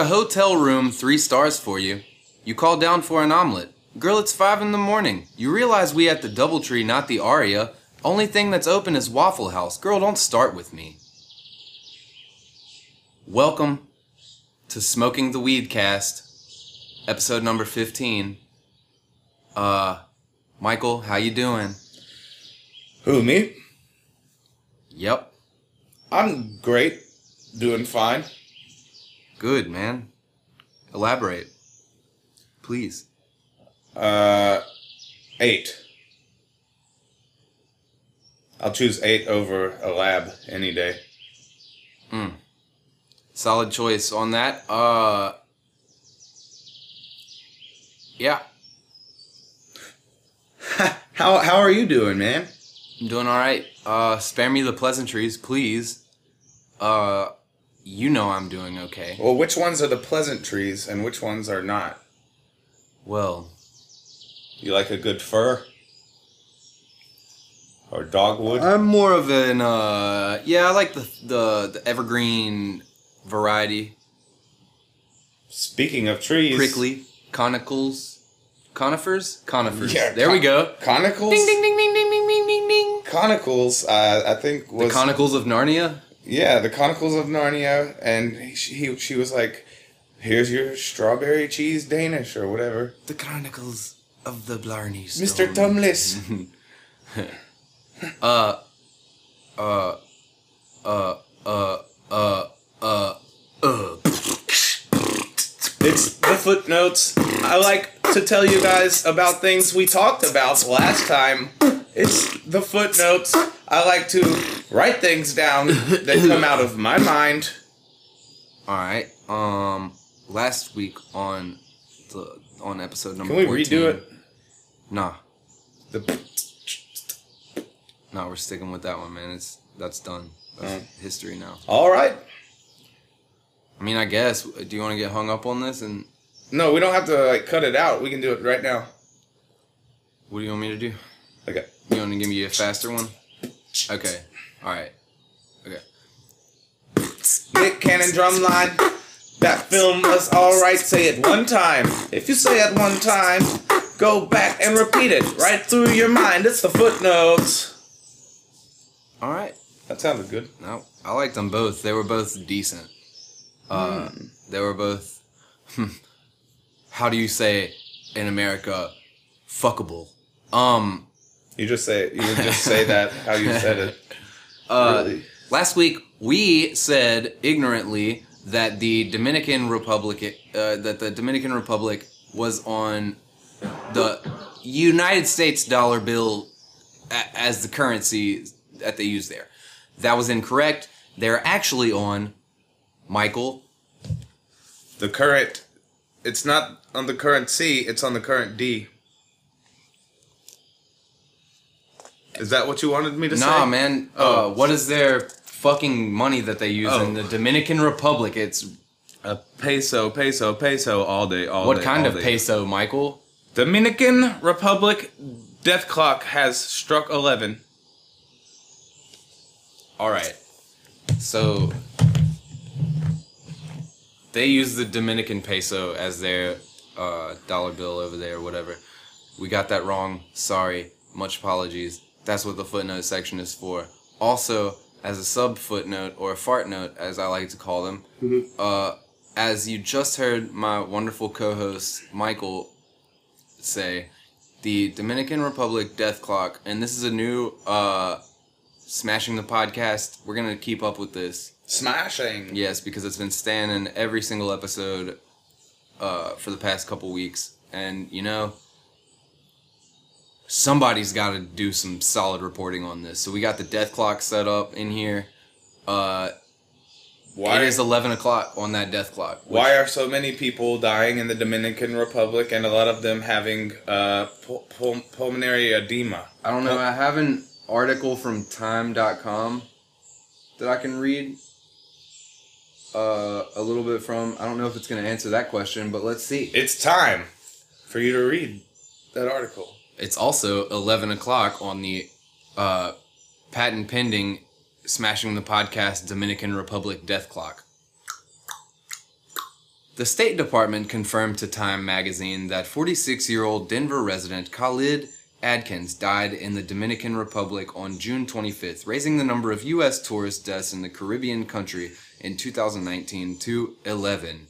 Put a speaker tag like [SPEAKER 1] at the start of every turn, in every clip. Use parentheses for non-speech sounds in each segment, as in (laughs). [SPEAKER 1] hotel room, three stars for you. You call down for an omelet. Girl, it's five in the morning. You realize we at the Doubletree, not the Aria. Only thing that's open is Waffle House. Girl, don't start with me. Welcome to Smoking the Weed Cast, episode number 15. Uh, Michael, how you doing?
[SPEAKER 2] Who, me?
[SPEAKER 1] Yep,
[SPEAKER 2] I'm great. Doing fine.
[SPEAKER 1] good, man. Elaborate. Please.
[SPEAKER 2] Uh, eight. I'll choose eight over a lab any day.
[SPEAKER 1] Solid choice on that. Uh, yeah,
[SPEAKER 2] How, how are you doing, man?
[SPEAKER 1] I'm doing all right. Uh, spare me the pleasantries, please. Uh, you know I'm doing okay.
[SPEAKER 2] Well, which ones are the pleasant trees and which ones are not?
[SPEAKER 1] Well,
[SPEAKER 2] You like a good fir? Or dogwood?
[SPEAKER 1] I'm more of an uh, yeah, I like the the, the evergreen variety,
[SPEAKER 2] Speaking of trees.
[SPEAKER 1] prickly conicals, conifers, conifers.
[SPEAKER 2] Yeah,
[SPEAKER 1] there we
[SPEAKER 2] con-
[SPEAKER 1] go.
[SPEAKER 2] Conicals?
[SPEAKER 1] Ding ding ding ding ding ding ding ding ding.
[SPEAKER 2] Conicals, uh, I think
[SPEAKER 1] The
[SPEAKER 2] was.
[SPEAKER 1] conicals of Narnia.
[SPEAKER 2] Yeah, the Chronicles of Narnia, and he, he she was like, "Here's your strawberry cheese Danish or whatever,
[SPEAKER 1] The Chronicles of the Blarney
[SPEAKER 2] Mister Tumless."
[SPEAKER 1] (laughs) Uh, uh, uh, uh, uh, uh.
[SPEAKER 2] it's the footnotes. I like to tell you guys about things we talked about last time. It's the footnotes. I like to write things down that come out of my mind.
[SPEAKER 1] All right. Um, last week on the on episode number.
[SPEAKER 2] Can we
[SPEAKER 1] 14,
[SPEAKER 2] redo it?
[SPEAKER 1] Nah,
[SPEAKER 2] The
[SPEAKER 1] nah. We're sticking with that one, man. It's that's done. That's history now.
[SPEAKER 2] all right.
[SPEAKER 1] I mean, I guess. Do you want to get hung up on this? And
[SPEAKER 2] No, we don't have to like cut it out. We can do it right now.
[SPEAKER 1] what do you want me to do?
[SPEAKER 2] Okay.
[SPEAKER 1] You want to give me a faster one? Okay. All right. Okay.
[SPEAKER 2] Nick Cannon drumline. That film was alright. Say it one time. If you say it one time, go back and repeat it right through your mind. It's the footnotes.
[SPEAKER 1] All right.
[SPEAKER 2] That sounded good.
[SPEAKER 1] No, I liked them both. They were both decent. Uh,
[SPEAKER 2] Hmm.
[SPEAKER 1] They were both. (laughs) hmm, how do you say in America, fuckable? Um.
[SPEAKER 2] You just say it. You would just say that how you said it. really.
[SPEAKER 1] Last week we said ignorantly that the Dominican Republic uh, that the Dominican Republic was on the United States dollar bill a- as the currency that they use there. That was incorrect. They're actually on Michael.
[SPEAKER 2] The current. It's not on the current C. It's on the current D. Is that what you wanted me to say?
[SPEAKER 1] Nah, man.
[SPEAKER 2] Oh.
[SPEAKER 1] Uh, what is their fucking money that they use in
[SPEAKER 2] Oh.
[SPEAKER 1] the Dominican Republic? It's
[SPEAKER 2] A peso, peso, peso, all day, all
[SPEAKER 1] what
[SPEAKER 2] day,
[SPEAKER 1] kind
[SPEAKER 2] all
[SPEAKER 1] of
[SPEAKER 2] day.
[SPEAKER 1] peso, Michael?
[SPEAKER 2] Dominican Republic death clock has struck 11.
[SPEAKER 1] All right. So they use the Dominican peso as their uh, dollar bill over there, whatever. We got that wrong. Sorry. Much apologies. That's what the footnote section is for. Also, as a sub footnote or a fart note, as I like to call them, uh, as you just heard my wonderful co-host Michael say, the Dominican Republic death clock, and this is a new uh, smashing the podcast. We're gonna keep up with this,
[SPEAKER 2] Smashing.
[SPEAKER 1] yes, because it's been standing every single episode uh, for the past couple weeks, and you know, somebody's got to do some solid reporting on this. So we got the death clock set up in here. Uh,
[SPEAKER 2] Why,
[SPEAKER 1] it is eleven o'clock on that death clock. which-
[SPEAKER 2] why are so many people dying in the Dominican Republic and a lot of them having uh, pul- pul- pulmonary edema?
[SPEAKER 1] I don't know. I have an article from time.com that I can read uh, a little bit from. I don't know if it's going to answer that question, but let's see.
[SPEAKER 2] It's time for you to read that article.
[SPEAKER 1] It's also 11 o'clock on the uh, patent pending Smashing the Podcast Dominican Republic Death Clock. The State Department confirmed to Time magazine that 46 year old Denver resident Khalid Adkins died in the Dominican Republic on June 25th, raising the number of U.S. tourist deaths in the Caribbean country in 2019 to 11.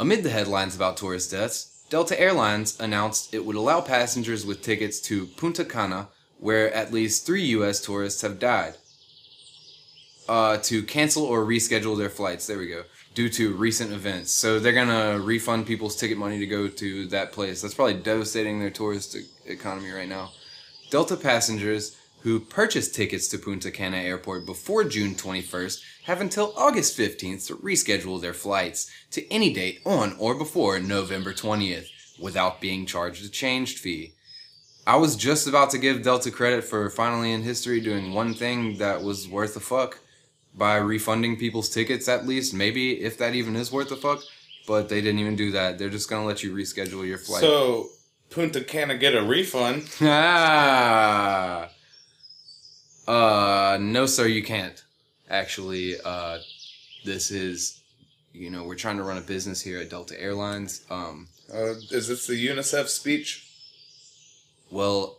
[SPEAKER 1] Amid the headlines about tourist deaths, Delta Airlines announced it would allow passengers with tickets to Punta Cana, where at least three U.S. tourists have died, uh, to cancel or reschedule their flights. There we go. Due to recent events, so they're gonna refund people's ticket money to go to that place. That's probably devastating their tourist e- economy right now. Delta passengers who purchased tickets to Punta Cana Airport before June 21st have until August 15th to reschedule their flights to any date on or before November 20th without being charged a changed fee. I was just about to give Delta credit for finally in history doing one thing that was worth a fuck by refunding people's tickets at least, maybe if that even is worth a fuck, but they didn't even do that. They're just gonna let you reschedule your flight.
[SPEAKER 2] So Punta Cana get a refund.
[SPEAKER 1] Ah. Uh, no, sir, you can't. Actually, uh, this is, you know, we're trying to run a business here at Delta Airlines. Um,
[SPEAKER 2] Uh, is this the UNICEF speech?
[SPEAKER 1] well,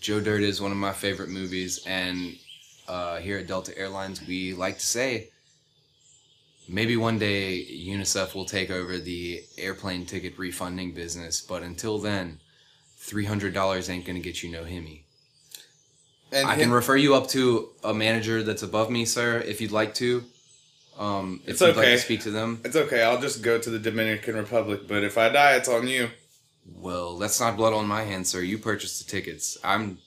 [SPEAKER 1] Joe Dirt is one of my favorite movies, and uh, here at Delta Airlines, we like to say maybe one day UNICEF will take over the airplane ticket refunding business, but until then, $300 ain't gonna get you no Hemi.
[SPEAKER 2] And
[SPEAKER 1] I
[SPEAKER 2] him-
[SPEAKER 1] can refer you up to a manager that's above me, sir, if you'd like to. Um, if
[SPEAKER 2] It's
[SPEAKER 1] you'd like
[SPEAKER 2] okay.
[SPEAKER 1] to speak to them.
[SPEAKER 2] it's okay. I'll just go to the Dominican Republic. But if I die, it's on you.
[SPEAKER 1] Well, that's not blood on my hands, sir. You purchased the tickets. I'm,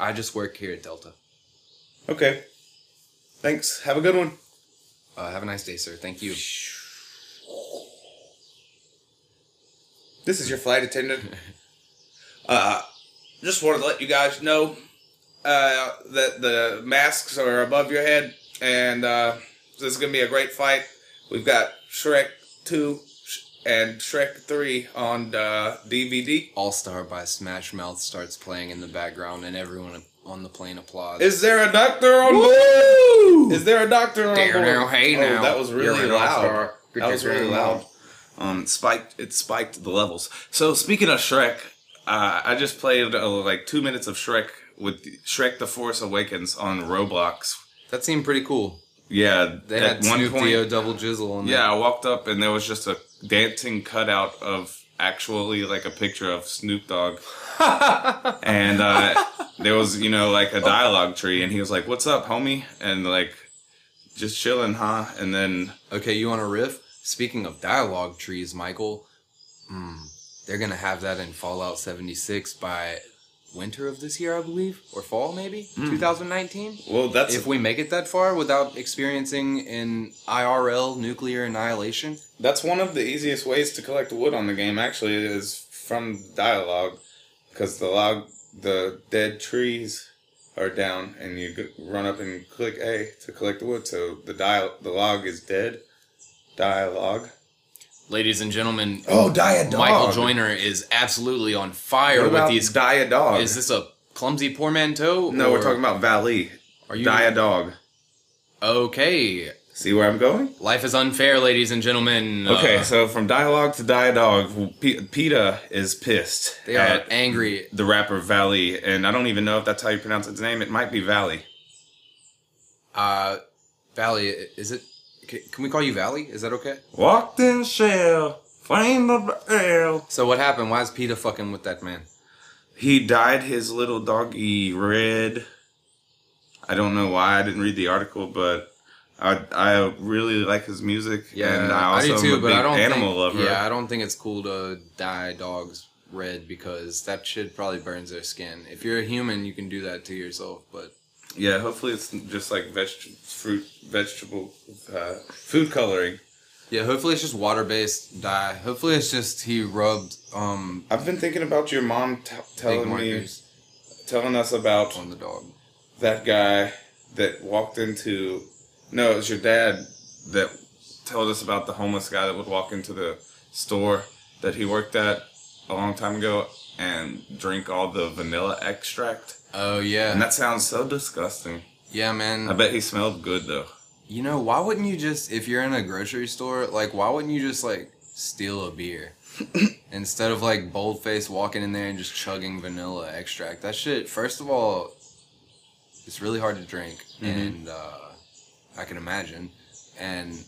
[SPEAKER 1] I just work here at Delta.
[SPEAKER 2] Okay. Thanks. Have a good one.
[SPEAKER 1] Uh, have a nice day, sir. Thank you.
[SPEAKER 2] This is your flight attendant. Uh, just wanted to let you guys know uh, that the masks are above your head, and uh, this is gonna be a great fight. We've got Shrek Two sh- and Shrek Three on uh, DVD.
[SPEAKER 1] All Star by Smash Mouth starts playing in the background, and everyone on the plane applauds.
[SPEAKER 2] Is there a doctor on board?
[SPEAKER 1] Woo!
[SPEAKER 2] Is there a doctor on
[SPEAKER 1] There
[SPEAKER 2] board?
[SPEAKER 1] now, hey
[SPEAKER 2] oh,
[SPEAKER 1] now.
[SPEAKER 2] that was
[SPEAKER 1] You're
[SPEAKER 2] really
[SPEAKER 1] an
[SPEAKER 2] loud.
[SPEAKER 1] all-star.
[SPEAKER 2] That was really loud. Um, it spiked. It spiked the levels. So speaking of Shrek, uh, I just played uh, like two minutes of Shrek with Shrek: The Force Awakens on Roblox.
[SPEAKER 1] That seemed pretty cool.
[SPEAKER 2] Yeah,
[SPEAKER 1] They had Snoop Dio double jizzle on
[SPEAKER 2] yeah, I walked up and there was just a dancing cutout of actually like a picture of Snoop Dogg. and uh, there was, you know, like a dialogue tree and he was like, What's up, homie? And like, just chilling, huh? And then,
[SPEAKER 1] Okay, you want a riff? Speaking of dialogue trees, Michael, mm, they're gonna have that in Fallout 76 by winter of this year, I believe, or fall maybe, 2019.
[SPEAKER 2] well, that's.
[SPEAKER 1] If we make it that far without experiencing an IRL nuclear annihilation,
[SPEAKER 2] That's one of the easiest ways to collect wood on the game. Actually, is from dialogue, because the log, the dead trees are down, and you g- run up and click A to collect the wood. So the dial, the log is dead. Dialogue.
[SPEAKER 1] ladies and gentlemen,
[SPEAKER 2] Oh, die a
[SPEAKER 1] Michael Joyner is absolutely on fire
[SPEAKER 2] What
[SPEAKER 1] with
[SPEAKER 2] about
[SPEAKER 1] these.
[SPEAKER 2] die a dog?
[SPEAKER 1] Is this a clumsy portmanteau?
[SPEAKER 2] no, we're
[SPEAKER 1] or-
[SPEAKER 2] talking about valley.
[SPEAKER 1] Are you
[SPEAKER 2] Die a dog.
[SPEAKER 1] okay?
[SPEAKER 2] See where I'm going?
[SPEAKER 1] Life is unfair, ladies and gentlemen.
[SPEAKER 2] Okay,
[SPEAKER 1] Uh,
[SPEAKER 2] so from dialogue to die a dog, P- PETA is pissed
[SPEAKER 1] they are
[SPEAKER 2] at
[SPEAKER 1] angry.
[SPEAKER 2] the rapper Valley, and I don't even know if that's how you pronounce his name. It might be Valley.
[SPEAKER 1] Uh, Valley, i- is it? c- Can we call you Valley? Is that okay?
[SPEAKER 2] Walked in shell, flame of the ale.
[SPEAKER 1] So what happened? Why is Peter fucking with that man?
[SPEAKER 2] He dyed his little doggy red. I don't know why I didn't read the article, but I I really like his music. and I also am a big animal
[SPEAKER 1] think,
[SPEAKER 2] lover.
[SPEAKER 1] Yeah, I don't think it's cool to dye dogs red because that shit probably burns their skin. If you're a human, you can do that to yourself, but
[SPEAKER 2] Yeah, hopefully it's just like veget- fruit, vegetable, uh, food coloring.
[SPEAKER 1] yeah, hopefully it's just water based dye. Hopefully it's just he rubbed um
[SPEAKER 2] I've been thinking about your mom t-
[SPEAKER 1] big
[SPEAKER 2] telling me,
[SPEAKER 1] markers
[SPEAKER 2] telling us about
[SPEAKER 1] on the dog.
[SPEAKER 2] that guy that walked into no, it was your dad that told us about the homeless guy that would walk into the store that he worked at a long time ago and drink all the vanilla extract.
[SPEAKER 1] Oh
[SPEAKER 2] And
[SPEAKER 1] yeah,
[SPEAKER 2] that sounds so disgusting.
[SPEAKER 1] yeah, man.
[SPEAKER 2] I bet he smelled good though.
[SPEAKER 1] You know, why wouldn't you just if you're in a grocery store, like why wouldn't you just like steal a beer instead of like boldface walking in there and just chugging vanilla extract? That shit, first of all, it's really hard to drink, and uh, I can imagine, and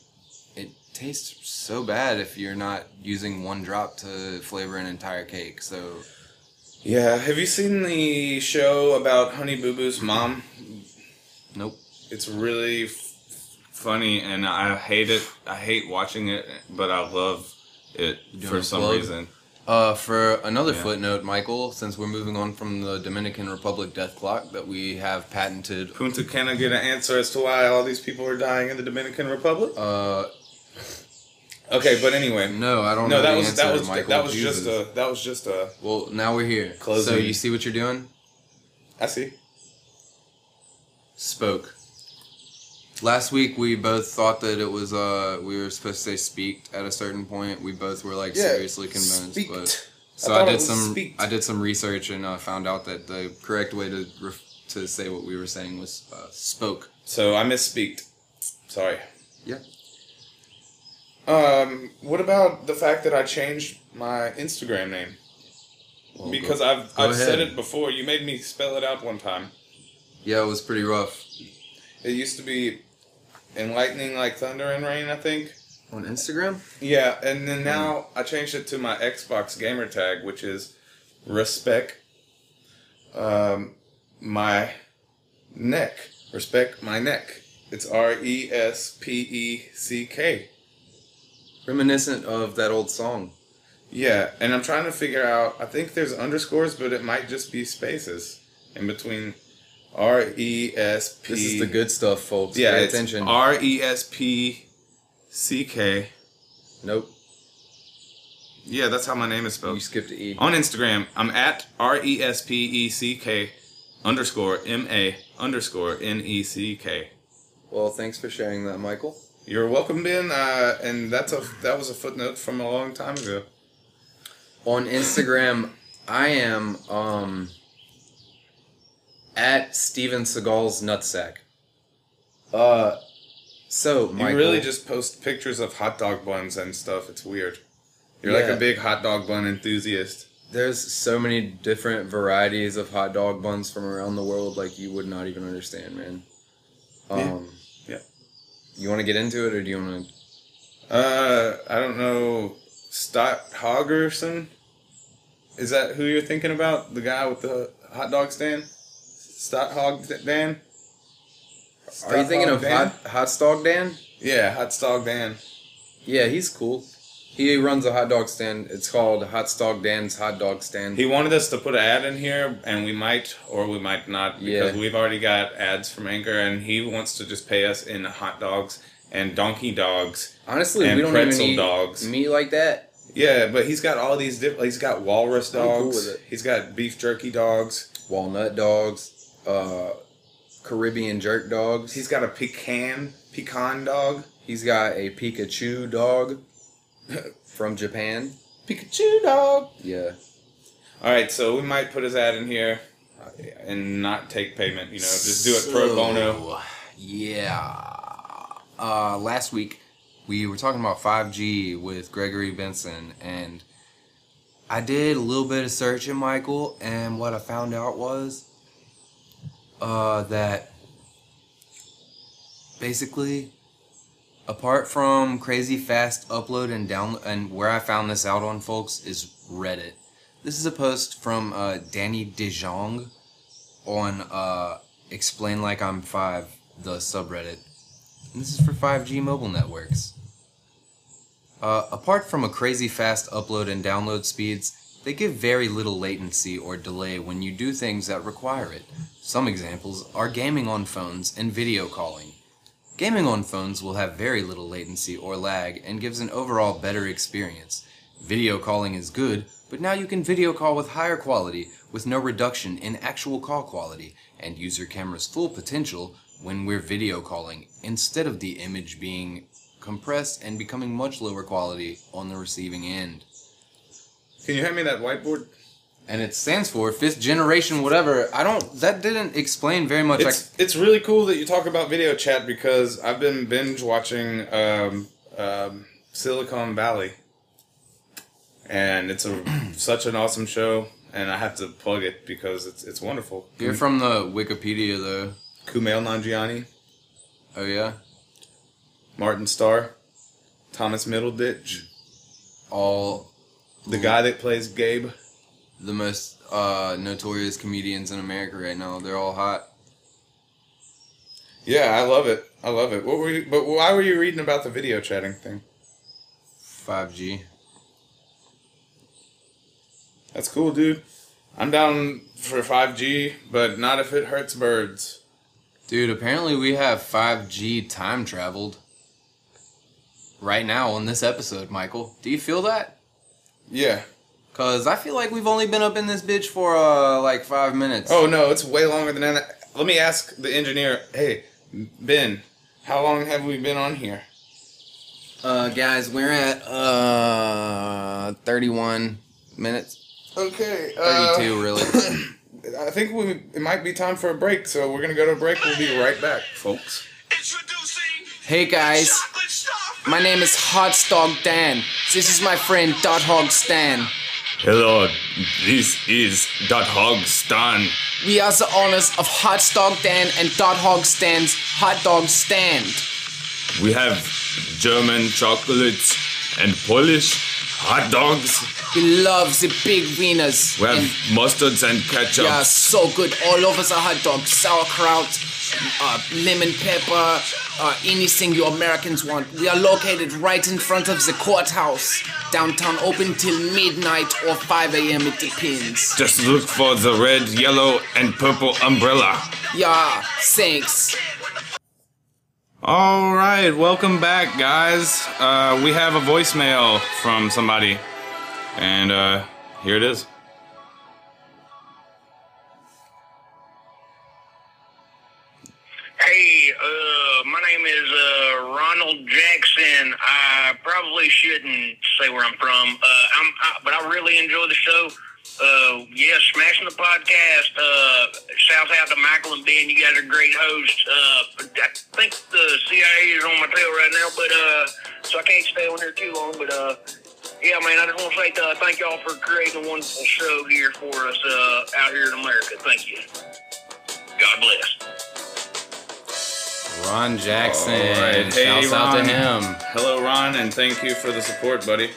[SPEAKER 1] it tastes so bad if you're not using one drop to flavor an entire cake. So
[SPEAKER 2] Yeah. Have you seen the show about Honey Boo Boo's mom?
[SPEAKER 1] nope.
[SPEAKER 2] It's really f- funny, and I hate it. I hate watching it, but I love it
[SPEAKER 1] doing
[SPEAKER 2] for
[SPEAKER 1] a
[SPEAKER 2] some
[SPEAKER 1] plug?
[SPEAKER 2] reason.
[SPEAKER 1] Uh, for another
[SPEAKER 2] Yeah.
[SPEAKER 1] footnote, Michael, since we're moving on from the Dominican Republic death clock that we have patented,
[SPEAKER 2] Punta Cana get an answer as to why all these people are dying in the Dominican Republic?
[SPEAKER 1] uh,
[SPEAKER 2] Okay, but anyway,
[SPEAKER 1] no, I don't know.
[SPEAKER 2] no, that
[SPEAKER 1] the
[SPEAKER 2] was
[SPEAKER 1] answer,
[SPEAKER 2] that was
[SPEAKER 1] Michael.
[SPEAKER 2] that was
[SPEAKER 1] Jesus.
[SPEAKER 2] just a that was just a.
[SPEAKER 1] Well, now we're here.
[SPEAKER 2] Closing.
[SPEAKER 1] So you see what you're doing?
[SPEAKER 2] I see.
[SPEAKER 1] Spoke. Last week we both thought that it was uh we were supposed to say speaked at a certain point. We both were like seriously convinced,
[SPEAKER 2] Speak.
[SPEAKER 1] but
[SPEAKER 2] I
[SPEAKER 1] so I,
[SPEAKER 2] thought it
[SPEAKER 1] did
[SPEAKER 2] was
[SPEAKER 1] some
[SPEAKER 2] speaked.
[SPEAKER 1] I did some research and uh, found out that the correct way to ref- to say what we were saying was uh, spoke.
[SPEAKER 2] So I misspeaked. Sorry.
[SPEAKER 1] Yeah.
[SPEAKER 2] Um, what about the fact that I changed my Instagram name?
[SPEAKER 1] Well,
[SPEAKER 2] because
[SPEAKER 1] go-
[SPEAKER 2] I've
[SPEAKER 1] go
[SPEAKER 2] I've said
[SPEAKER 1] ahead.
[SPEAKER 2] it before. You made me spell it out one time.
[SPEAKER 1] yeah, it was pretty rough
[SPEAKER 2] It used to be enlightening like thunder and rain, I think.
[SPEAKER 1] on Instagram.
[SPEAKER 2] Yeah, and
[SPEAKER 1] Hmm.
[SPEAKER 2] then now I changed it to my Xbox gamer tag, which is respect um, my neck. Respect my neck. It's R E S P E C K.
[SPEAKER 1] Reminiscent of that old song.
[SPEAKER 2] Yeah, and I'm trying to figure out. I think there's underscores, but it might just be spaces in between R E S P.
[SPEAKER 1] This is the good stuff, folks.
[SPEAKER 2] Yeah,
[SPEAKER 1] Pay
[SPEAKER 2] it's
[SPEAKER 1] attention.
[SPEAKER 2] R E S P C K.
[SPEAKER 1] nope,
[SPEAKER 2] Yeah, that's how my name is spelled.
[SPEAKER 1] you skipped an E.
[SPEAKER 2] On Instagram, I'm at R E S P E C K underscore M A underscore N E C K.
[SPEAKER 1] Well, thanks for sharing that, Michael.
[SPEAKER 2] You're welcome, Ben. Uh, and that's a that was a footnote from a long time ago.
[SPEAKER 1] on Instagram, I am um, at Steven Seagal's nutsack. Uh, so
[SPEAKER 2] You
[SPEAKER 1] Michael,
[SPEAKER 2] really just post pictures of hot dog buns and stuff. It's weird. You're like
[SPEAKER 1] Yeah.
[SPEAKER 2] a big hot dog bun enthusiast.
[SPEAKER 1] there's so many different varieties of hot dog buns from around the world, like you would not even understand, man. Um,
[SPEAKER 2] Yeah.
[SPEAKER 1] You want to get into it, or do you want to?
[SPEAKER 2] Uh, I don't know. Stott Hogerson? Is that who you're thinking about? The guy with the hot dog stand? Stott Hog Dan?
[SPEAKER 1] Are you thinking
[SPEAKER 2] Hog
[SPEAKER 1] of
[SPEAKER 2] Dan?
[SPEAKER 1] hot, hot Dog Dan?
[SPEAKER 2] Yeah, Hot Dog Dan.
[SPEAKER 1] Yeah, he's cool. He runs a hot dog stand. It's called Hot Dog Dan's Hot Dog Stand.
[SPEAKER 2] He wanted us to put an ad in here, and we might or we might not because
[SPEAKER 1] Yeah.
[SPEAKER 2] we've already got ads from Anchor, and he wants to just pay us in hot dogs and donkey dogs.
[SPEAKER 1] Honestly,
[SPEAKER 2] And
[SPEAKER 1] we don't
[SPEAKER 2] pretzel
[SPEAKER 1] even eat
[SPEAKER 2] dogs.
[SPEAKER 1] meat like that.
[SPEAKER 2] Yeah, but he's got all these different. He's got walrus
[SPEAKER 1] I'm cool
[SPEAKER 2] dogs.
[SPEAKER 1] with it.
[SPEAKER 2] He's got beef jerky dogs.
[SPEAKER 1] walnut dogs, uh, Caribbean jerk dogs.
[SPEAKER 2] He's got a pecan pecan dog.
[SPEAKER 1] he's got a Pikachu dog (laughs) from Japan.
[SPEAKER 2] Pikachu dog.
[SPEAKER 1] Yeah.
[SPEAKER 2] All right, so we might put his ad in here and not take payment. You know, just do it pro bono.
[SPEAKER 1] Yeah. Uh, last week we were talking about 5G with Gregory Benson, and I did a little bit of searching, Michael, and what I found out was uh, that basically, apart from crazy fast upload and download, and where I found this out on, folks, is Reddit. This is a post from uh, Danny DeJong on uh, Explain Like I'm Five, the subreddit. And this is for 5G mobile networks. Uh, apart from a crazy fast upload and download speeds, they give very little latency or delay when you do things that require it. Some examples are gaming on phones and video calling. Gaming on phones will have very little latency or lag and gives an overall better experience. Video calling is good, but now you can video call with higher quality with no reduction in actual call quality and use your camera's full potential when we're video calling instead of the image being compressed and becoming much lower quality on the receiving end.
[SPEAKER 2] Can you hand me that whiteboard?
[SPEAKER 1] and it stands for fifth generation whatever. I don't. That didn't explain very much. Like,
[SPEAKER 2] It's, it's really cool that you talk about video chat because I've been binge watching um, um, Silicon Valley, and it's a (clears throat) such an awesome show, and I have to plug it because it's it's wonderful.
[SPEAKER 1] you're from the Wikipedia though.
[SPEAKER 2] Kumail Nanjiani,
[SPEAKER 1] Oh yeah,
[SPEAKER 2] Martin Starr, Thomas Middleditch,
[SPEAKER 1] all
[SPEAKER 2] the guy that plays Gabe.
[SPEAKER 1] the most uh, notorious comedians in America right now. They're all hot.
[SPEAKER 2] Yeah, I love it. I love it. What were you, but why were you reading about the video chatting thing?
[SPEAKER 1] Five G.
[SPEAKER 2] That's cool, dude. I'm down for 5G, but not if it hurts birds.
[SPEAKER 1] Dude, apparently we have 5G time traveled right now on this episode, Michael. Do you feel that?
[SPEAKER 2] Yeah.
[SPEAKER 1] Cause I feel like we've only been up in this bitch for uh like five minutes.
[SPEAKER 2] Oh no, it's way longer than that. Let me ask the engineer. Hey, Ben, how long have we been on here?
[SPEAKER 1] uh, guys, we're at uh 31 minutes,
[SPEAKER 2] Okay, uh,
[SPEAKER 1] 32 really.
[SPEAKER 2] (coughs) I think we it might be time for a break, so we're gonna go to a break. We'll be right back, folks.
[SPEAKER 3] Introducing
[SPEAKER 1] Hey guys,
[SPEAKER 3] Chocolate Starfish.
[SPEAKER 1] my name is Hot Dog Dan. This is my friend Dot Hog Stan.
[SPEAKER 4] Hello, this is Dot Hog Stan.
[SPEAKER 1] We are the owners of Hot Dog Dan and Dot Hog Stan's Hot Dog Stand.
[SPEAKER 4] We have German chocolates and Polish hot dogs.
[SPEAKER 1] We love the big wieners.
[SPEAKER 4] We have
[SPEAKER 1] and
[SPEAKER 4] mustards and ketchup.
[SPEAKER 1] They are so good. All over the hot dog, sauerkraut, uh, lemon pepper, uh, anything you Americans want. We are located right in front of the courthouse. Downtown open till midnight or 5 a.m. It depends.
[SPEAKER 4] Just look for the red, yellow, and purple umbrella.
[SPEAKER 1] Yeah, thanks.
[SPEAKER 2] All right, welcome back, guys. Uh, we have a voicemail from somebody, and uh,
[SPEAKER 4] Here it is.
[SPEAKER 5] Hey, uh, my name is uh, Ronald Jackson. I probably shouldn't say where I'm from, uh, I'm, I, but I really enjoy the show. Uh, yeah, smashing the podcast. Uh, shout out to Michael and Ben. You guys are great hosts. Uh, I think the CIA is on my tail right now, but uh, so I can't stay on here too long. But uh, yeah, man, I just want to say uh, thank y'all for creating a wonderful show here for us uh, out here in America. Thank you. God bless.
[SPEAKER 1] Ron Jackson.
[SPEAKER 2] Alright, hey, Shouts out to Ron.
[SPEAKER 1] him.
[SPEAKER 2] hello, Ron, and thank you for the support, buddy.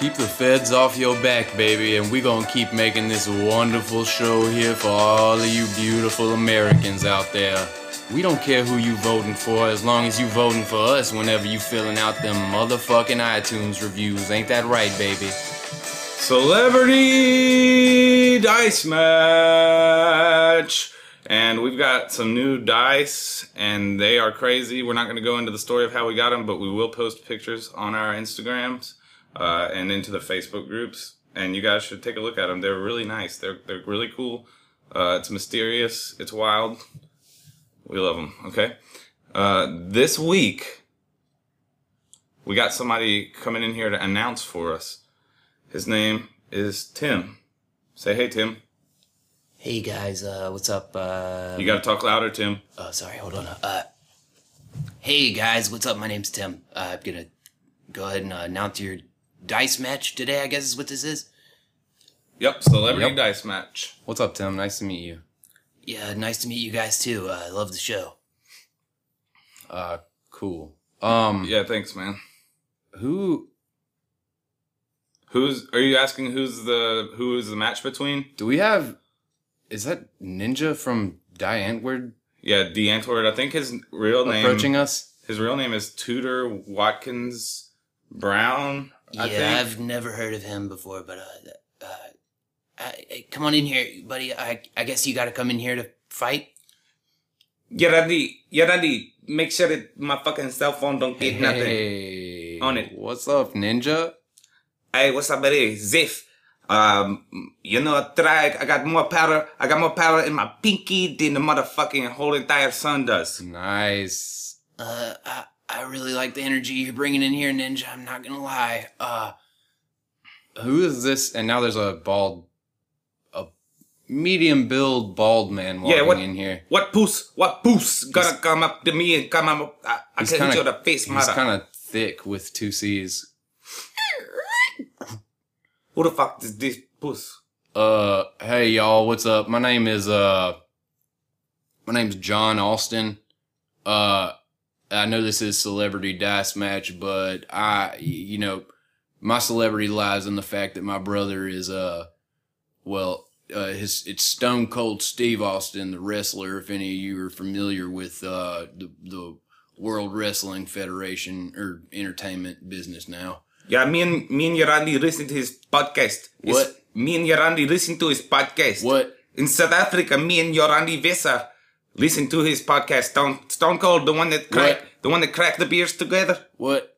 [SPEAKER 1] Keep the feds off your back, baby, and we gonna keep making this wonderful show here for all of you beautiful Americans out there. We don't care who you voting for as long as you voting for us whenever you filling out them motherfucking iTunes reviews. Ain't that right, baby?
[SPEAKER 2] Celebrity Dice Match! And we've got some new dice, and they are crazy. We're not going to go into the story of how we got them, but we will post pictures on our Instagrams uh, and into the Facebook groups. And you guys should take a look at them. They're really nice, they're, they're really cool. Uh, it's mysterious, it's wild. We love them, okay? Uh, this week, we got somebody coming in here to announce for us. His name is Tim. Say hey, Tim.
[SPEAKER 6] Hey guys, uh, what's up? Uh,
[SPEAKER 2] You gotta talk louder, Tim.
[SPEAKER 6] oh, sorry, hold on. Uh, hey guys, what's up? My name's Tim. Uh, I'm gonna go ahead and uh, announce your dice match today. I guess is what this is.
[SPEAKER 2] Yep, celebrity
[SPEAKER 1] Yep.
[SPEAKER 2] dice match.
[SPEAKER 1] What's up, Tim? Nice to meet you.
[SPEAKER 6] Yeah, nice to meet you guys too. Uh, I love the show.
[SPEAKER 1] Uh, cool. Um,
[SPEAKER 2] Yeah, thanks, man.
[SPEAKER 1] who
[SPEAKER 2] Who's are you asking? Who's the who is the match between?
[SPEAKER 1] do we have? Is that Ninja from Die Antwoord
[SPEAKER 2] Yeah, D. Antwoord. I think his real name.
[SPEAKER 1] approaching us?
[SPEAKER 2] His real name is Tudor Watkins Brown.
[SPEAKER 6] Yeah,
[SPEAKER 2] I think.
[SPEAKER 6] I've never heard of him before, but uh, uh, I, I, come on in here, buddy. I, I guess you gotta come in here to fight.
[SPEAKER 2] Yeah, Randy. Yeah, Randy. Make sure that my fucking cell phone don't get
[SPEAKER 1] Hey,
[SPEAKER 2] On it.
[SPEAKER 1] What's up, Ninja?
[SPEAKER 4] Hey, what's up, buddy? Ziff. Um, you know, try. I got more powder. I got more powder in my pinky than the motherfucking whole entire sun does.
[SPEAKER 1] Nice.
[SPEAKER 6] Uh, I, I really like the energy you're bringing in here, Ninja. I'm not gonna lie. Uh,
[SPEAKER 1] who is this? And now there's a bald
[SPEAKER 4] medium build bald man walking
[SPEAKER 2] Yeah, what
[SPEAKER 4] in here.
[SPEAKER 2] What poos? What poos? Gonna come up to me and come up. I, I
[SPEAKER 4] He's
[SPEAKER 2] can hit
[SPEAKER 4] kinda-
[SPEAKER 2] you in the face,
[SPEAKER 4] He's
[SPEAKER 2] mother.
[SPEAKER 4] kind of thick with two C's.
[SPEAKER 2] Who the fuck is this poos?
[SPEAKER 4] Uh, hey y'all, what's up? My name is uh, my name's John Austin. Uh, I know this is celebrity dice match, but I, y- you know, my celebrity lies in the fact that my brother is uh, well, uh, his it's Stone Cold Steve Austin, the wrestler. If any of you are familiar with uh the the World Wrestling Federation or entertainment business now.
[SPEAKER 2] Yeah, me and me and Yarandi listen to his podcast. It's-
[SPEAKER 4] What?
[SPEAKER 2] me and Yarandi listen to his podcast.
[SPEAKER 4] What?
[SPEAKER 2] In South Africa, me and Yorandi Vesa listen to his podcast. Stone, Stone Cold, the one that cracked,
[SPEAKER 4] What?
[SPEAKER 2] the one that cracked the beers together.
[SPEAKER 4] What?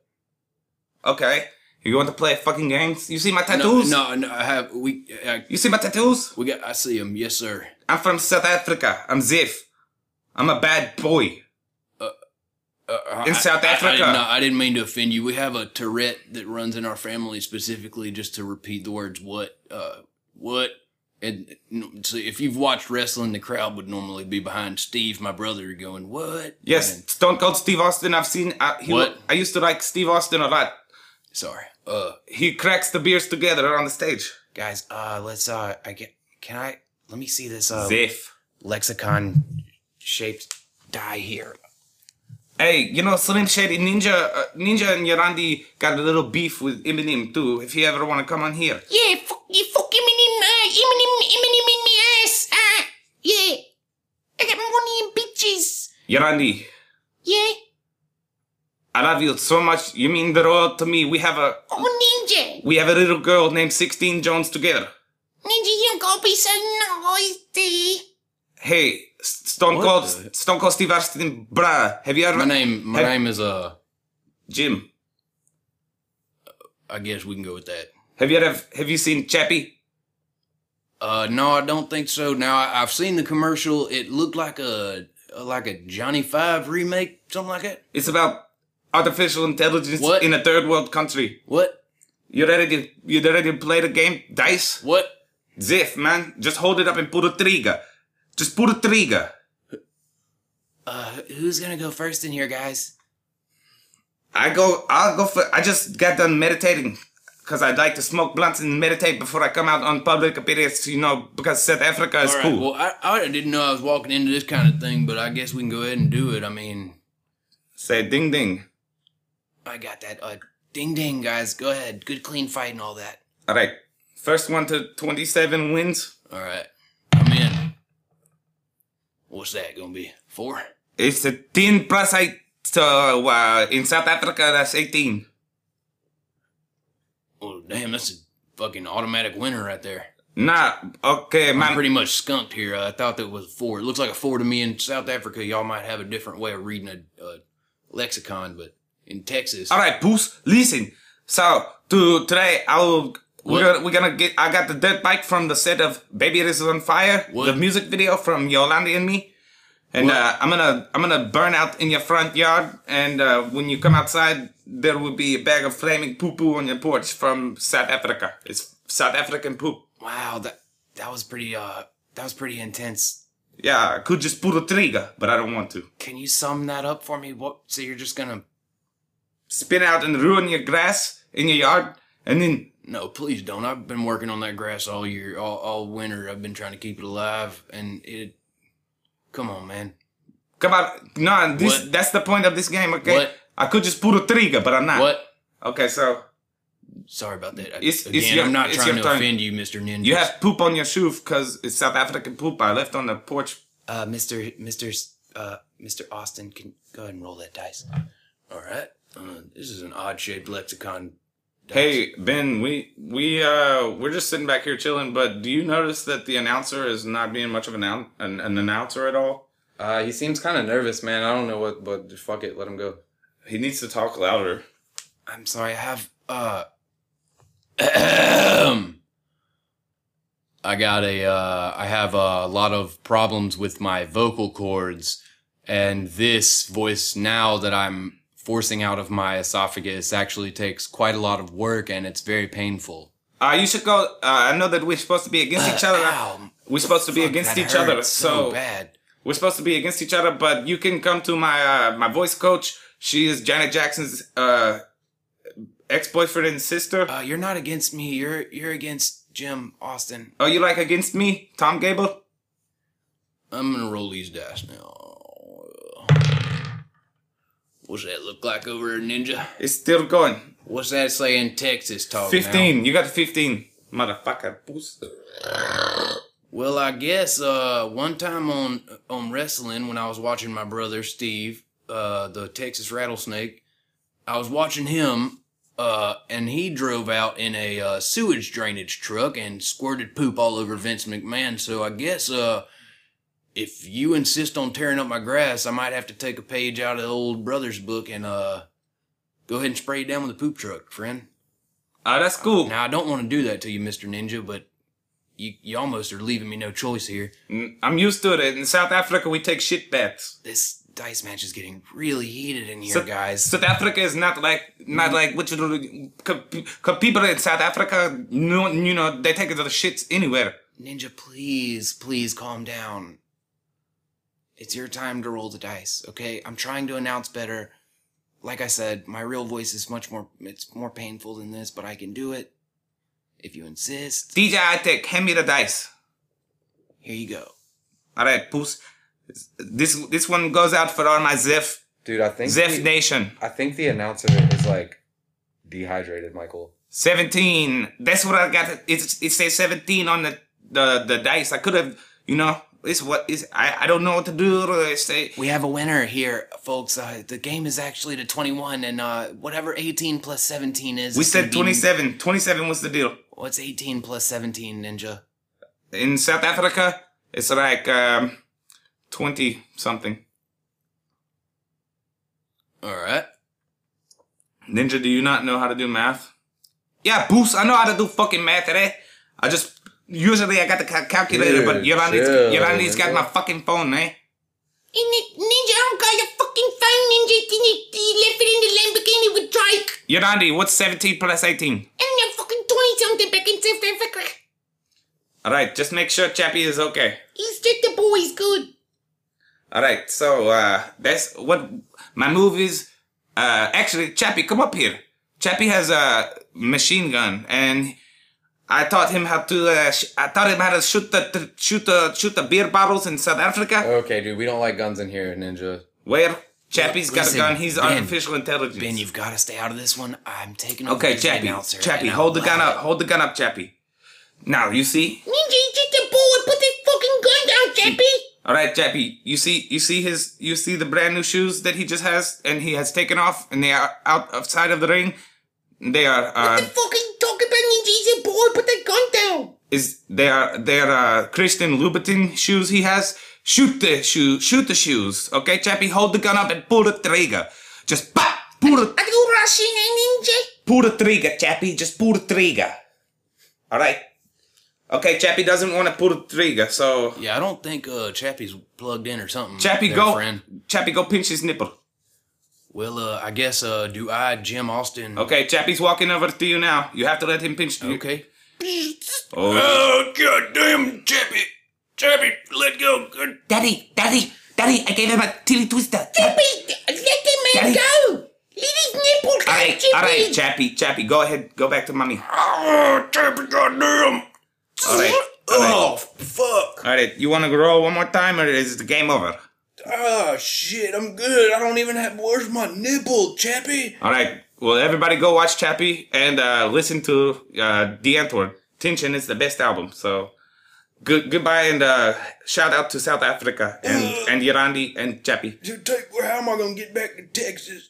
[SPEAKER 2] Okay, you want to play fucking games? You see my
[SPEAKER 4] No,
[SPEAKER 2] tattoos?
[SPEAKER 4] no, no, I have we.
[SPEAKER 6] uh,
[SPEAKER 4] I,
[SPEAKER 2] You see my tattoos?
[SPEAKER 4] We got. I see him. Yes, sir.
[SPEAKER 2] I'm from South Africa. I'm Ziff. I'm a bad boy.
[SPEAKER 4] Uh,
[SPEAKER 2] In
[SPEAKER 4] I-
[SPEAKER 2] South
[SPEAKER 4] I- I,
[SPEAKER 2] Africa.
[SPEAKER 4] did not- I didn't mean to offend you. We have a Tourette that runs in our family specifically just to repeat the words "what, uh, what." And n- so, if you've watched wrestling, the crowd would normally be behind Steve, my brother, going "what."
[SPEAKER 2] Yes,
[SPEAKER 4] And-
[SPEAKER 2] Stone Cold Steve Austin. I've seen. Uh, he,
[SPEAKER 4] What?
[SPEAKER 2] I used to like Steve Austin a lot.
[SPEAKER 4] sorry, uh,
[SPEAKER 2] He cracks the beers together on the stage.
[SPEAKER 6] Guys, uh, let's, uh, I get, can I, let me see this,
[SPEAKER 4] Oh.
[SPEAKER 6] uh,
[SPEAKER 2] Ziff.
[SPEAKER 6] lexicon shaped die here.
[SPEAKER 2] Hey, you know Slim Shady Ninja, uh, Ninja and Yarandi got a little beef with Eminem too. If you ever want to come on here,
[SPEAKER 3] Yeah, fuck, you fuck Eminem, uh, Eminem, Eminem in me ass, uh, yeah. I got money and bitches,
[SPEAKER 2] Yarandi,
[SPEAKER 3] yeah.
[SPEAKER 2] I love you so much. You mean the world to me. We have a
[SPEAKER 3] Oh, Ninja,
[SPEAKER 2] we have a little girl named Sixteen Jones together.
[SPEAKER 3] Ninja, you don't gotta be so nasty.
[SPEAKER 2] Hey, S- Stone
[SPEAKER 4] What
[SPEAKER 2] Cold,
[SPEAKER 4] the-
[SPEAKER 2] Stone Cold Steve Austin, bruh. Have you ever?
[SPEAKER 4] my name, my
[SPEAKER 2] Have-
[SPEAKER 4] name is uh.
[SPEAKER 2] Jim.
[SPEAKER 4] I guess we can go with that.
[SPEAKER 2] Have you ever? Have you seen Chappie?
[SPEAKER 4] Uh, no, I don't think so. Now I, I've seen the commercial. It looked like a like a Johnny Five remake, something like that.
[SPEAKER 2] It's about artificial intelligence
[SPEAKER 4] What?
[SPEAKER 2] in a third world country.
[SPEAKER 4] What?
[SPEAKER 2] You ready to you ready to play the game dice?
[SPEAKER 4] What?
[SPEAKER 2] Ziff, man, just hold it up and put a trigger. Just put a trigger.
[SPEAKER 6] Uh, who's gonna go first in here, guys?
[SPEAKER 2] I go, I'll go for. I just got done meditating because I'd like to smoke blunts and meditate before I come out on public appearance. You know, because South Africa is
[SPEAKER 4] All right.
[SPEAKER 2] cool.
[SPEAKER 4] Well, I, I didn't know I was walking into this kind of thing, but I guess we can go ahead and do it. I mean,
[SPEAKER 2] Say ding ding.
[SPEAKER 6] I got that, uh, ding ding, guys, go ahead, good clean fight and all that.
[SPEAKER 2] All right, first one to twenty-seven wins.
[SPEAKER 4] all right. I'm in. What's that gonna be? Four?
[SPEAKER 2] It's a ten plus eight. So uh, in South Africa, that's eighteen.
[SPEAKER 4] Well, Oh, damn, that's a fucking automatic winner right there.
[SPEAKER 2] Nah, okay,
[SPEAKER 4] I'm
[SPEAKER 2] man.
[SPEAKER 4] pretty much skunked here. I thought that was a four. It looks like a four to me. In South Africa, y'all might have a different way of reading a, a lexicon, but in Texas,
[SPEAKER 2] All right, Poos, listen. So to today, I will. We're
[SPEAKER 4] What?
[SPEAKER 2] gonna, we're gonna get. I got the dirt bike from the set of "Baby This Is on Fire,"
[SPEAKER 4] What?
[SPEAKER 2] the music video from Yolanda and me, and uh, I'm gonna I'm gonna burn out in your front yard, and uh, when you come outside, there will be a bag of flaming poo poo on your porch from South Africa. It's South African poop.
[SPEAKER 6] Wow, that, that was pretty, uh, that was pretty intense.
[SPEAKER 2] Yeah, I could just put a trigger, but I don't want to.
[SPEAKER 6] Can you sum that up for me? What, so you're just gonna,
[SPEAKER 2] Spin out and ruin your grass in your yard, and then
[SPEAKER 4] No, please don't. I've been working on that grass all year, all, all winter. I've been trying to keep it alive, and it. Come on, man.
[SPEAKER 2] come out. No, this
[SPEAKER 4] What?
[SPEAKER 2] that's the point of this game. Okay,
[SPEAKER 4] What?
[SPEAKER 2] I could just put a trigger, but I'm not.
[SPEAKER 4] What?
[SPEAKER 2] Okay, so
[SPEAKER 4] Sorry about that. I-
[SPEAKER 2] It's- it's
[SPEAKER 4] Again,
[SPEAKER 2] your-
[SPEAKER 4] I'm not
[SPEAKER 2] it's
[SPEAKER 4] trying
[SPEAKER 2] your
[SPEAKER 4] to
[SPEAKER 2] turn.
[SPEAKER 4] offend you, Mister Ninja.
[SPEAKER 2] you have poop on your shoe because it's South African poop I left on the porch.
[SPEAKER 6] uh, Mr. Mr. S- Uh, Mr. Austin, can go ahead and roll that dice.
[SPEAKER 4] All right. Uh, this is an odd shaped lexicon.
[SPEAKER 2] Hey Ben, we we uh we're just sitting back here chilling. But do you notice that the announcer is not being much of an annou- an, an announcer at all?
[SPEAKER 4] Uh, he seems kind of nervous, man. I don't know what, but fuck it, let him go.
[SPEAKER 2] He needs to talk louder.
[SPEAKER 6] I'm sorry, I have, uh,
[SPEAKER 4] (clears throat) I got a, uh, I have a lot of problems with my vocal cords, and this voice now that I'm forcing out of my esophagus actually takes quite a lot of work and it's very painful.
[SPEAKER 2] Uh, you should go. Uh, I know that we're supposed to be against each other.
[SPEAKER 6] ow.
[SPEAKER 2] We're supposed to be against
[SPEAKER 4] That
[SPEAKER 2] each other,
[SPEAKER 4] hurts
[SPEAKER 2] so,
[SPEAKER 4] so bad.
[SPEAKER 2] we're supposed to be against each other. But you can come to my uh, my voice coach. She is Janet Jackson's uh, ex boyfriend and sister.
[SPEAKER 4] Uh, you're not against me. You're you're against Jim Austin.
[SPEAKER 2] Are Oh, you like against me, Tom Gable?
[SPEAKER 4] I'm gonna roll these dice now. What's that look like over a ninja?
[SPEAKER 2] It's still going.
[SPEAKER 4] What's that say in Texas talk? now?
[SPEAKER 2] Fifteen. You got fifteen, motherfucker.
[SPEAKER 4] Well, I guess uh, one time on on wrestling when I was watching my brother Steve, uh, the Texas Rattlesnake, I was watching him, uh, and he drove out in a uh, sewage drainage truck and squirted poop all over Vince McMahon. So I guess uh, if you insist on tearing up my grass, I might have to take a page out of the old brother's book and uh, go ahead and spray it down with a poop truck, friend.
[SPEAKER 2] Ah, that's cool.
[SPEAKER 4] Now I don't want to do that to you, Mister Ninja, but you you almost are leaving me no choice here.
[SPEAKER 2] Mm, I'm used to it. In South Africa, we take shit baths.
[SPEAKER 4] This dice match is getting really heated in here,
[SPEAKER 2] So-
[SPEAKER 4] guys.
[SPEAKER 2] South Africa is not like not like what you do. Cause people in South Africa, no, you know, they take the shits anywhere.
[SPEAKER 4] Ninja, please, please calm down. It's your time to roll the dice, okay? I'm trying to announce better. Like I said, my real voice is much more it's more painful than this, but I can do it if you insist.
[SPEAKER 2] DJ, I take hand me the dice.
[SPEAKER 4] Here you go.
[SPEAKER 2] All right, Poos. This this one goes out for all my Zeph
[SPEAKER 1] Dude, I think
[SPEAKER 2] Zeph
[SPEAKER 1] the-
[SPEAKER 2] Nation.
[SPEAKER 1] I think the announcer is like dehydrated, Michael.
[SPEAKER 2] Seventeen. That's what I got. It it says seventeen on the the, the dice. I could have, you know, it's what is. I I don't know what to do. I say
[SPEAKER 4] We have a winner here, folks. Uh, the game is actually to 21, and uh, whatever 18 plus 17 is.
[SPEAKER 2] we
[SPEAKER 4] it's
[SPEAKER 2] said
[SPEAKER 4] gonna be-
[SPEAKER 2] 27. 27 was the deal.
[SPEAKER 4] What's 18 plus 17, Ninja?
[SPEAKER 2] In South Africa, it's like um, twenty something.
[SPEAKER 4] All right.
[SPEAKER 2] Ninja, do you not know how to do math? Yeah, Boos, I know how to do fucking math, eh? I just usually I got the cal- calculator, but
[SPEAKER 1] Dude,
[SPEAKER 2] Yolandi's,
[SPEAKER 1] chill,
[SPEAKER 2] Yolandi's got
[SPEAKER 1] Ninja.
[SPEAKER 2] my fucking phone, eh?
[SPEAKER 3] And it, Ninja, I don't got your fucking phone, Ninja. Then you, you left it in the Lamborghini with Drake.
[SPEAKER 2] Yolandi, what's 17 plus 18?
[SPEAKER 3] And you're fucking 20 something back in South Africa.
[SPEAKER 2] All right, just make sure Chappie is okay.
[SPEAKER 3] He's just the boy's good.
[SPEAKER 2] All right, so uh, that's what my move is. Uh, actually, Chappie, come up here. Chappie has a machine gun, and I taught him how to. Uh, sh- I taught him how to shoot the to shoot the shoot the beer bottles in South Africa.
[SPEAKER 1] Okay, dude, we don't like guns in here, Ninja.
[SPEAKER 2] Where Chappie's got a
[SPEAKER 4] Listen,
[SPEAKER 2] gun. He's
[SPEAKER 4] Ben.
[SPEAKER 2] artificial intelligence.
[SPEAKER 4] Ben, you've got to stay out of this one. I'm taking over
[SPEAKER 2] okay,
[SPEAKER 4] as
[SPEAKER 2] Chappie,
[SPEAKER 4] announcer,
[SPEAKER 2] Chappie,
[SPEAKER 4] and I
[SPEAKER 2] hold the gun
[SPEAKER 4] love
[SPEAKER 2] up. Hold the gun up, Chappie. Now you see.
[SPEAKER 3] Ninja, he's just a boy. Put that fucking gun down, Chappie.
[SPEAKER 2] All right, Chappie, you see, you see his, you see the brand new shoes that he just has, and he has taken off, and they are out outside of the ring. They are. Uh,
[SPEAKER 3] What the fuck are you talking about, Ninja? He's a boy. Put that gun down.
[SPEAKER 2] is their their uh, Christian Louboutin shoes he has. Shoot the shoe, shoot the shoes, okay, Chappie. Hold the gun up and pull the trigger. Just pop, pull the
[SPEAKER 3] Are you rushing, eh, Ninja?
[SPEAKER 2] pull the trigger, Chappie. Just pull the trigger. All right. Okay, Chappie doesn't want to pull the trigger, so
[SPEAKER 4] Yeah, I don't think uh, Chappie's plugged in or something.
[SPEAKER 2] Chappie
[SPEAKER 4] there,
[SPEAKER 2] go,
[SPEAKER 4] Friend.
[SPEAKER 2] Chappie go pinch his nipple.
[SPEAKER 4] Well, uh, I guess uh, do I, Jim Austin?
[SPEAKER 1] Oh.
[SPEAKER 2] Okay, Chappie's walking over to you now. You have to let him pinch you.
[SPEAKER 4] Okay.
[SPEAKER 2] Oh,
[SPEAKER 4] Goddamn, Chappie! Chappie, let go. Good.
[SPEAKER 2] daddy, daddy, daddy! I gave him a tilly twister.
[SPEAKER 3] Wait, let the man
[SPEAKER 2] Daddy.
[SPEAKER 3] go. Let his nipple go,
[SPEAKER 2] All right,
[SPEAKER 3] Chappie.
[SPEAKER 2] all right, Chappie, Chappie, go ahead, go back to mommy.
[SPEAKER 4] Oh, Chappie, goddamn!
[SPEAKER 2] All right. All right.
[SPEAKER 4] Oh, fuck!
[SPEAKER 2] All right, you want to roll one more time, or is the game over?
[SPEAKER 4] Oh, shit, I'm good. I don't even have. Where's my nipple, Chappie?
[SPEAKER 2] All right, well, everybody go watch Chappie and uh, listen to uh, The Antwoord. Tension is the best album, so good goodbye and uh, shout out to South Africa and, and Yirandi and Chappie.
[SPEAKER 4] Dude, take. How am I gonna get back to Texas?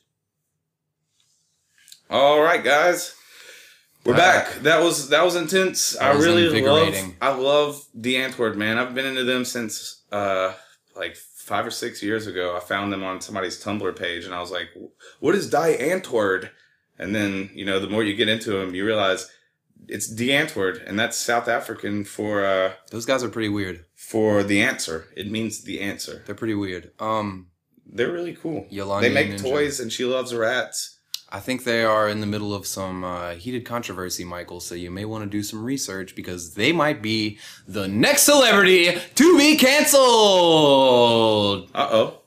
[SPEAKER 2] All right, guys. We're
[SPEAKER 1] back.
[SPEAKER 2] back. That was that was intense. I
[SPEAKER 1] That was
[SPEAKER 2] really love
[SPEAKER 1] invigorating.
[SPEAKER 2] I love the Antwoord man. I've been into them since uh like five or six years ago. I found them on somebody's Tumblr page and I was like, what is Die Antwoord? And then, you know, the more you get into them, you realize it's the Antwoord, and that's South African for uh
[SPEAKER 1] Those guys are pretty weird.
[SPEAKER 2] for the answer. It means the answer.
[SPEAKER 1] They're pretty weird. Um,
[SPEAKER 2] They're really cool.
[SPEAKER 1] Yolandi
[SPEAKER 2] they make
[SPEAKER 1] Ninja.
[SPEAKER 2] toys and she loves rats.
[SPEAKER 1] I think they are in the middle of some uh, heated controversy, Michael, so you may want to do some research because they might be the next celebrity to be canceled.
[SPEAKER 2] Uh oh.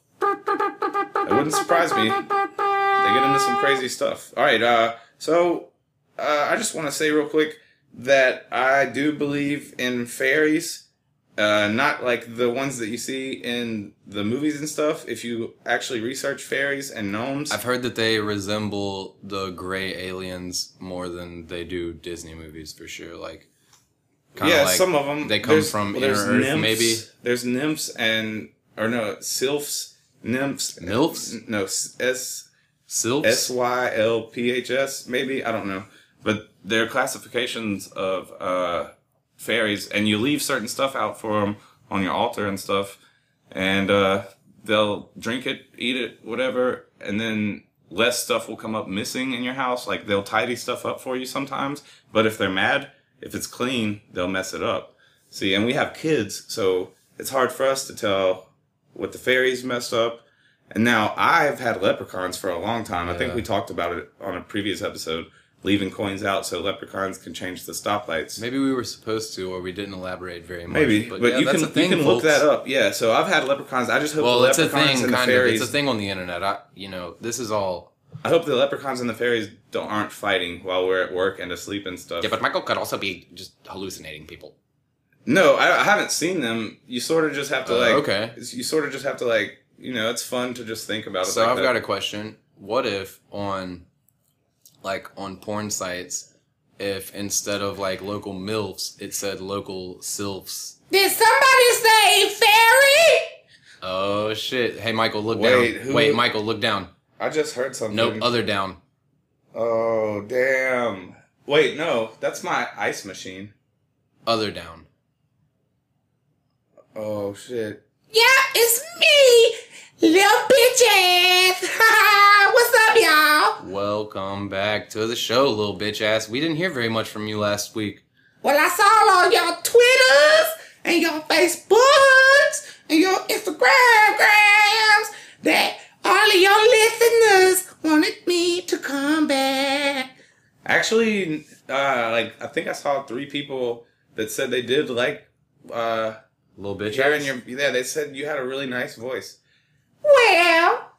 [SPEAKER 2] It wouldn't surprise me. They get into some crazy stuff. All right. Uh, so uh, I just want to say real quick that I do believe in fairies. Uh, not like the ones that you see in the movies and stuff. If you actually research fairies and gnomes,
[SPEAKER 1] I've heard that they resemble the gray aliens more than they do Disney movies for sure. Like, kinda
[SPEAKER 2] yeah,
[SPEAKER 1] like
[SPEAKER 2] some of them
[SPEAKER 1] they come from inner Earth, maybe.
[SPEAKER 2] There's nymphs and or no sylphs, nymphs,
[SPEAKER 1] Milfs?
[SPEAKER 2] n- no s- s
[SPEAKER 1] Sylphs.
[SPEAKER 2] S Y L P H S, maybe I don't know.
[SPEAKER 4] But there are classifications of uh, fairies, and you leave certain stuff out for them on your altar and stuff, and uh, they'll drink it, eat it, whatever, and then less stuff will come up missing in your house. Like they'll tidy stuff up for you sometimes, but if they're mad, if it's clean, they'll mess it up. See, and we have kids, so it's hard for us to tell what the fairies messed up. And now I've had leprechauns for a long time. I think we talked about it on a previous episode, leaving coins out so leprechauns can change the stoplights.
[SPEAKER 1] Maybe we were supposed to, or we didn't elaborate very much.
[SPEAKER 4] Maybe, but,
[SPEAKER 1] yeah,
[SPEAKER 4] you
[SPEAKER 1] that's
[SPEAKER 4] can
[SPEAKER 1] a thing,
[SPEAKER 4] you can look
[SPEAKER 1] folks.
[SPEAKER 4] that up. Yeah, so I've had leprechauns. I just hope
[SPEAKER 1] Well,
[SPEAKER 4] the
[SPEAKER 1] it's a
[SPEAKER 4] leprechauns
[SPEAKER 1] thing,
[SPEAKER 4] and the
[SPEAKER 1] kind of.
[SPEAKER 4] fairies.
[SPEAKER 1] It's a thing on the internet. I, you know, this is all.
[SPEAKER 4] I hope the leprechauns and the fairies don't aren't fighting while we're at work and asleep and stuff.
[SPEAKER 1] Yeah, but Michael could also be just hallucinating people.
[SPEAKER 4] no, I, I haven't seen them. You sort of just have to
[SPEAKER 1] Uh,
[SPEAKER 4] like.
[SPEAKER 1] okay.
[SPEAKER 4] You sort of just have to like. You know, it's fun to just think about it.
[SPEAKER 1] So
[SPEAKER 4] like
[SPEAKER 1] I've
[SPEAKER 4] that.
[SPEAKER 1] got a question. What if on, like, on porn sites, if instead of like local milfs, it said local sylphs?
[SPEAKER 7] Did somebody say fairy?
[SPEAKER 1] Oh shit! Hey, Michael, look
[SPEAKER 4] Wait,
[SPEAKER 1] down.
[SPEAKER 4] who-
[SPEAKER 1] Wait, Mm-hmm. Michael, look down.
[SPEAKER 4] I just heard something.
[SPEAKER 1] Nope, Uh, other down.
[SPEAKER 4] Oh damn! Wait, no, that's my ice machine.
[SPEAKER 1] Other down.
[SPEAKER 4] Oh shit!
[SPEAKER 7] Yeah, it's me, little bitch ass. (laughs) What's up, y'all?
[SPEAKER 1] Welcome back to the show, little bitch ass. We didn't hear very much from you last week.
[SPEAKER 7] Well, I saw all y'all Twitters and y'all Facebooks and your Instagrams that all of your listeners wanted me to come back.
[SPEAKER 4] Actually, uh, like I think I saw three people that said they did like uh,
[SPEAKER 1] Little bitch
[SPEAKER 4] hearing
[SPEAKER 1] ass.
[SPEAKER 4] your. Yeah, they said you had a really nice voice.
[SPEAKER 7] Well,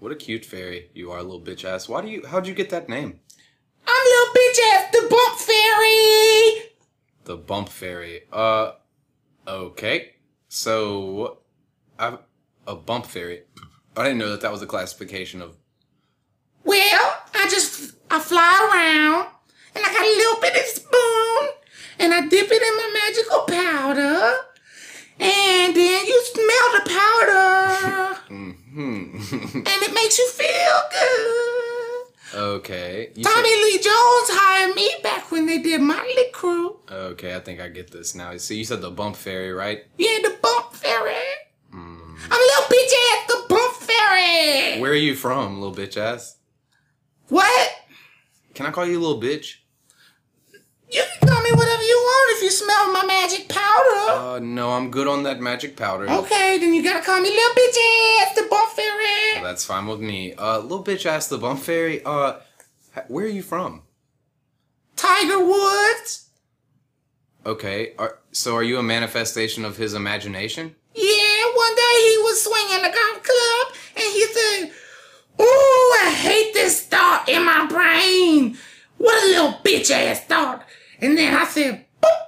[SPEAKER 1] What a cute fairy you are, little bitch ass. Why do you? How'd you get that name?
[SPEAKER 7] I'm little bitch ass the bump fairy.
[SPEAKER 1] The bump fairy. Uh, okay. So, I a bump fairy. I didn't know that that was a classification of.
[SPEAKER 7] Well, I just I fly around and I got a little bitty spoon and I dip it in my magical powder and then you smell the powder
[SPEAKER 1] Hmm. (laughs)
[SPEAKER 7] and it makes you feel good.
[SPEAKER 1] okay. You
[SPEAKER 7] Tommy
[SPEAKER 1] said-
[SPEAKER 7] Lee Jones hired me back when they did Motley Crew.
[SPEAKER 1] okay, I think I get this now. So you said the bump fairy, right?
[SPEAKER 7] Yeah, the bump fairy. I'm a little bitch ass the bump fairy.
[SPEAKER 1] Where are you from, little bitch ass?
[SPEAKER 7] What?
[SPEAKER 1] Can I call you little bitch?
[SPEAKER 7] You can call me whatever you want if you smell my magic powder.
[SPEAKER 1] Uh, no, I'm good on that magic powder.
[SPEAKER 7] Okay, then you gotta call me little bitch ass the bump fairy.
[SPEAKER 1] That's fine with me. Uh, little bitch ass the bump fairy. Uh, h- where are you from?
[SPEAKER 7] Tiger Woods.
[SPEAKER 1] Okay, are, so are you a manifestation of his imagination?
[SPEAKER 7] Yeah, one day he was swinging a golf club and he said, "Ooh, I hate this thought in my brain. What a little bitch ass thought." And then I said, "Boop,"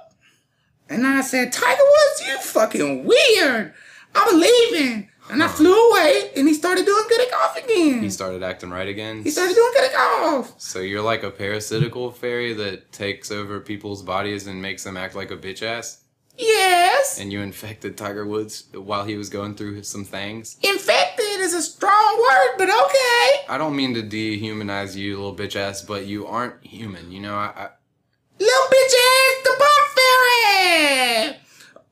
[SPEAKER 7] and I said, "Tiger Woods, you fucking weird. I'm leaving." And I flew away, and he started doing good at golf again.
[SPEAKER 1] He started acting right again.
[SPEAKER 7] he started doing good at golf.
[SPEAKER 1] So you're like a parasitical fairy that takes over people's bodies and makes them act like a bitch ass?
[SPEAKER 7] Yes.
[SPEAKER 1] And you infected Tiger Woods while he was going through some things?
[SPEAKER 7] Infected is a strong word, but okay.
[SPEAKER 1] I don't mean to dehumanize you, little bitch ass, but you aren't human. You know, I, I
[SPEAKER 7] Little bitch ass the bump fairy.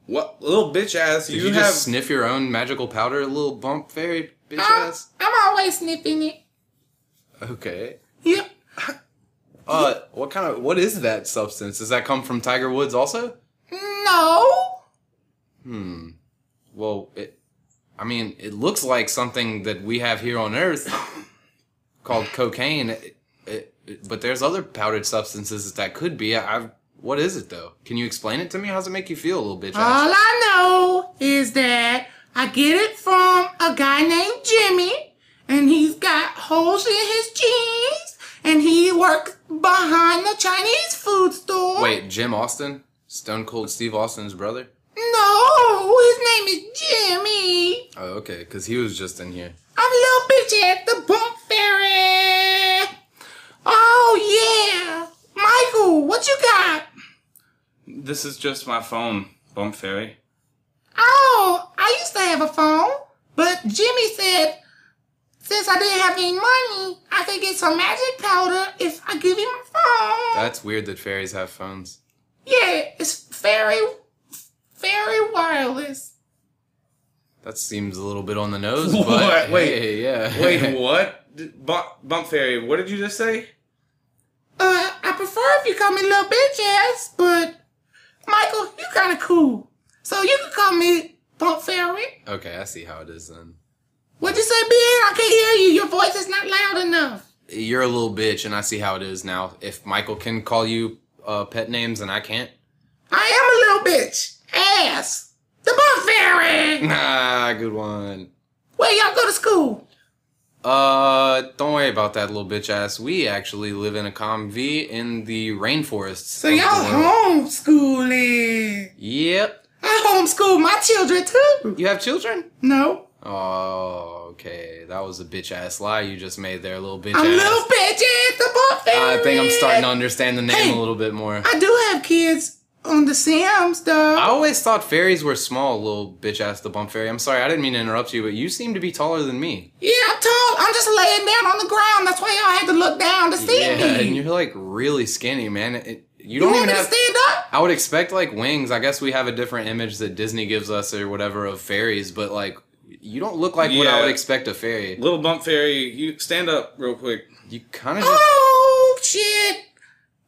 [SPEAKER 4] What little bitch ass?
[SPEAKER 1] did
[SPEAKER 4] You,
[SPEAKER 1] you,
[SPEAKER 4] have
[SPEAKER 1] just sniff your own magical powder, little bump fairy bitch
[SPEAKER 7] I'm,
[SPEAKER 1] ass?
[SPEAKER 7] I'm always sniffing it.
[SPEAKER 1] Okay.
[SPEAKER 7] Yep.
[SPEAKER 1] Uh, what kind of what is that substance? Does that come from Tiger Woods also?
[SPEAKER 7] No.
[SPEAKER 1] Hmm. Well, it. I mean, it looks like something that we have here on Earth. called cocaine, it, it, it- but there's other powdered substances that could be. I, I've, what is it though? Can you explain it to me? How's it make you feel, little bitch? ass?
[SPEAKER 7] All I know is that I get it from a guy named Jimmy, and he's got holes in his jeans, and he works behind the Chinese food store.
[SPEAKER 1] Wait, Jim Austin, Stone Cold Steve Austin's brother.
[SPEAKER 7] No, his name is Jimmy.
[SPEAKER 1] Oh, okay, because he was just in here.
[SPEAKER 7] I'm little bitch at the pump fairy. Oh yeah, Michael, what you got?
[SPEAKER 4] (laughs) This is just my phone,
[SPEAKER 1] (laughs)
[SPEAKER 4] Bump Fairy.
[SPEAKER 7] Oh, I used to have a phone, but Jimmy said since I didn't have any money, I could get some magic powder if I give him my phone.
[SPEAKER 1] That's weird that fairies have phones.
[SPEAKER 7] yeah, it's very, very wireless.
[SPEAKER 1] That seems a little bit on the
[SPEAKER 4] (laughs)
[SPEAKER 1] nose,
[SPEAKER 4] What?
[SPEAKER 1] but
[SPEAKER 4] Wait.
[SPEAKER 1] hey, yeah. (laughs)
[SPEAKER 4] Wait, what? D- Bump, Bump Fairy, what did you just say?
[SPEAKER 7] Uh, I prefer if you call me little bitch ass, but Michael, you kind of cool, so you can call me Pump Fairy.
[SPEAKER 1] okay, I see how it is then.
[SPEAKER 7] What'd you say, Ben? I can't hear you. Your voice is not loud enough.
[SPEAKER 1] You're a little bitch, and I see how it is now. If Michael can call you uh, pet names and I can't, (laughs)
[SPEAKER 7] I am a little bitch ass. The Pump Fairy.
[SPEAKER 1] nah, good one.
[SPEAKER 7] Where y'all go to school?
[SPEAKER 1] Uh, don't worry about that little bitch ass. We actually live in a conv in the rainforests.
[SPEAKER 7] So y'all homeschooling.
[SPEAKER 1] Yep.
[SPEAKER 7] I homeschool my children too.
[SPEAKER 1] You have children?
[SPEAKER 7] No.
[SPEAKER 1] Oh, okay. That was a bitch ass lie you just made there, little bitch
[SPEAKER 7] I'm
[SPEAKER 1] ass.
[SPEAKER 7] little bitch at the buffet.
[SPEAKER 1] I think I'm starting to understand the name
[SPEAKER 7] Hey.
[SPEAKER 1] a little bit more.
[SPEAKER 7] I do have kids on the Sims though.
[SPEAKER 1] I always thought fairies were small, little bitch ass the bump fairy. I'm sorry, I didn't mean to interrupt you, but you seem to be taller than me.
[SPEAKER 7] Yeah, I'm tall. I'm just laying down on the ground. That's why y'all had to look down to see
[SPEAKER 1] and
[SPEAKER 7] me.
[SPEAKER 1] you're like really skinny, man. It, you
[SPEAKER 7] You
[SPEAKER 1] don't
[SPEAKER 7] want
[SPEAKER 1] even
[SPEAKER 7] me to
[SPEAKER 1] have.
[SPEAKER 7] stand up?
[SPEAKER 1] I would expect like wings. I guess we have a different image that Disney gives us or whatever of fairies, but like you don't look like what I
[SPEAKER 4] Yeah.
[SPEAKER 1] would expect a fairy.
[SPEAKER 4] Little Bump Fairy, you stand up real quick.
[SPEAKER 1] You kind of just
[SPEAKER 7] Oh shit!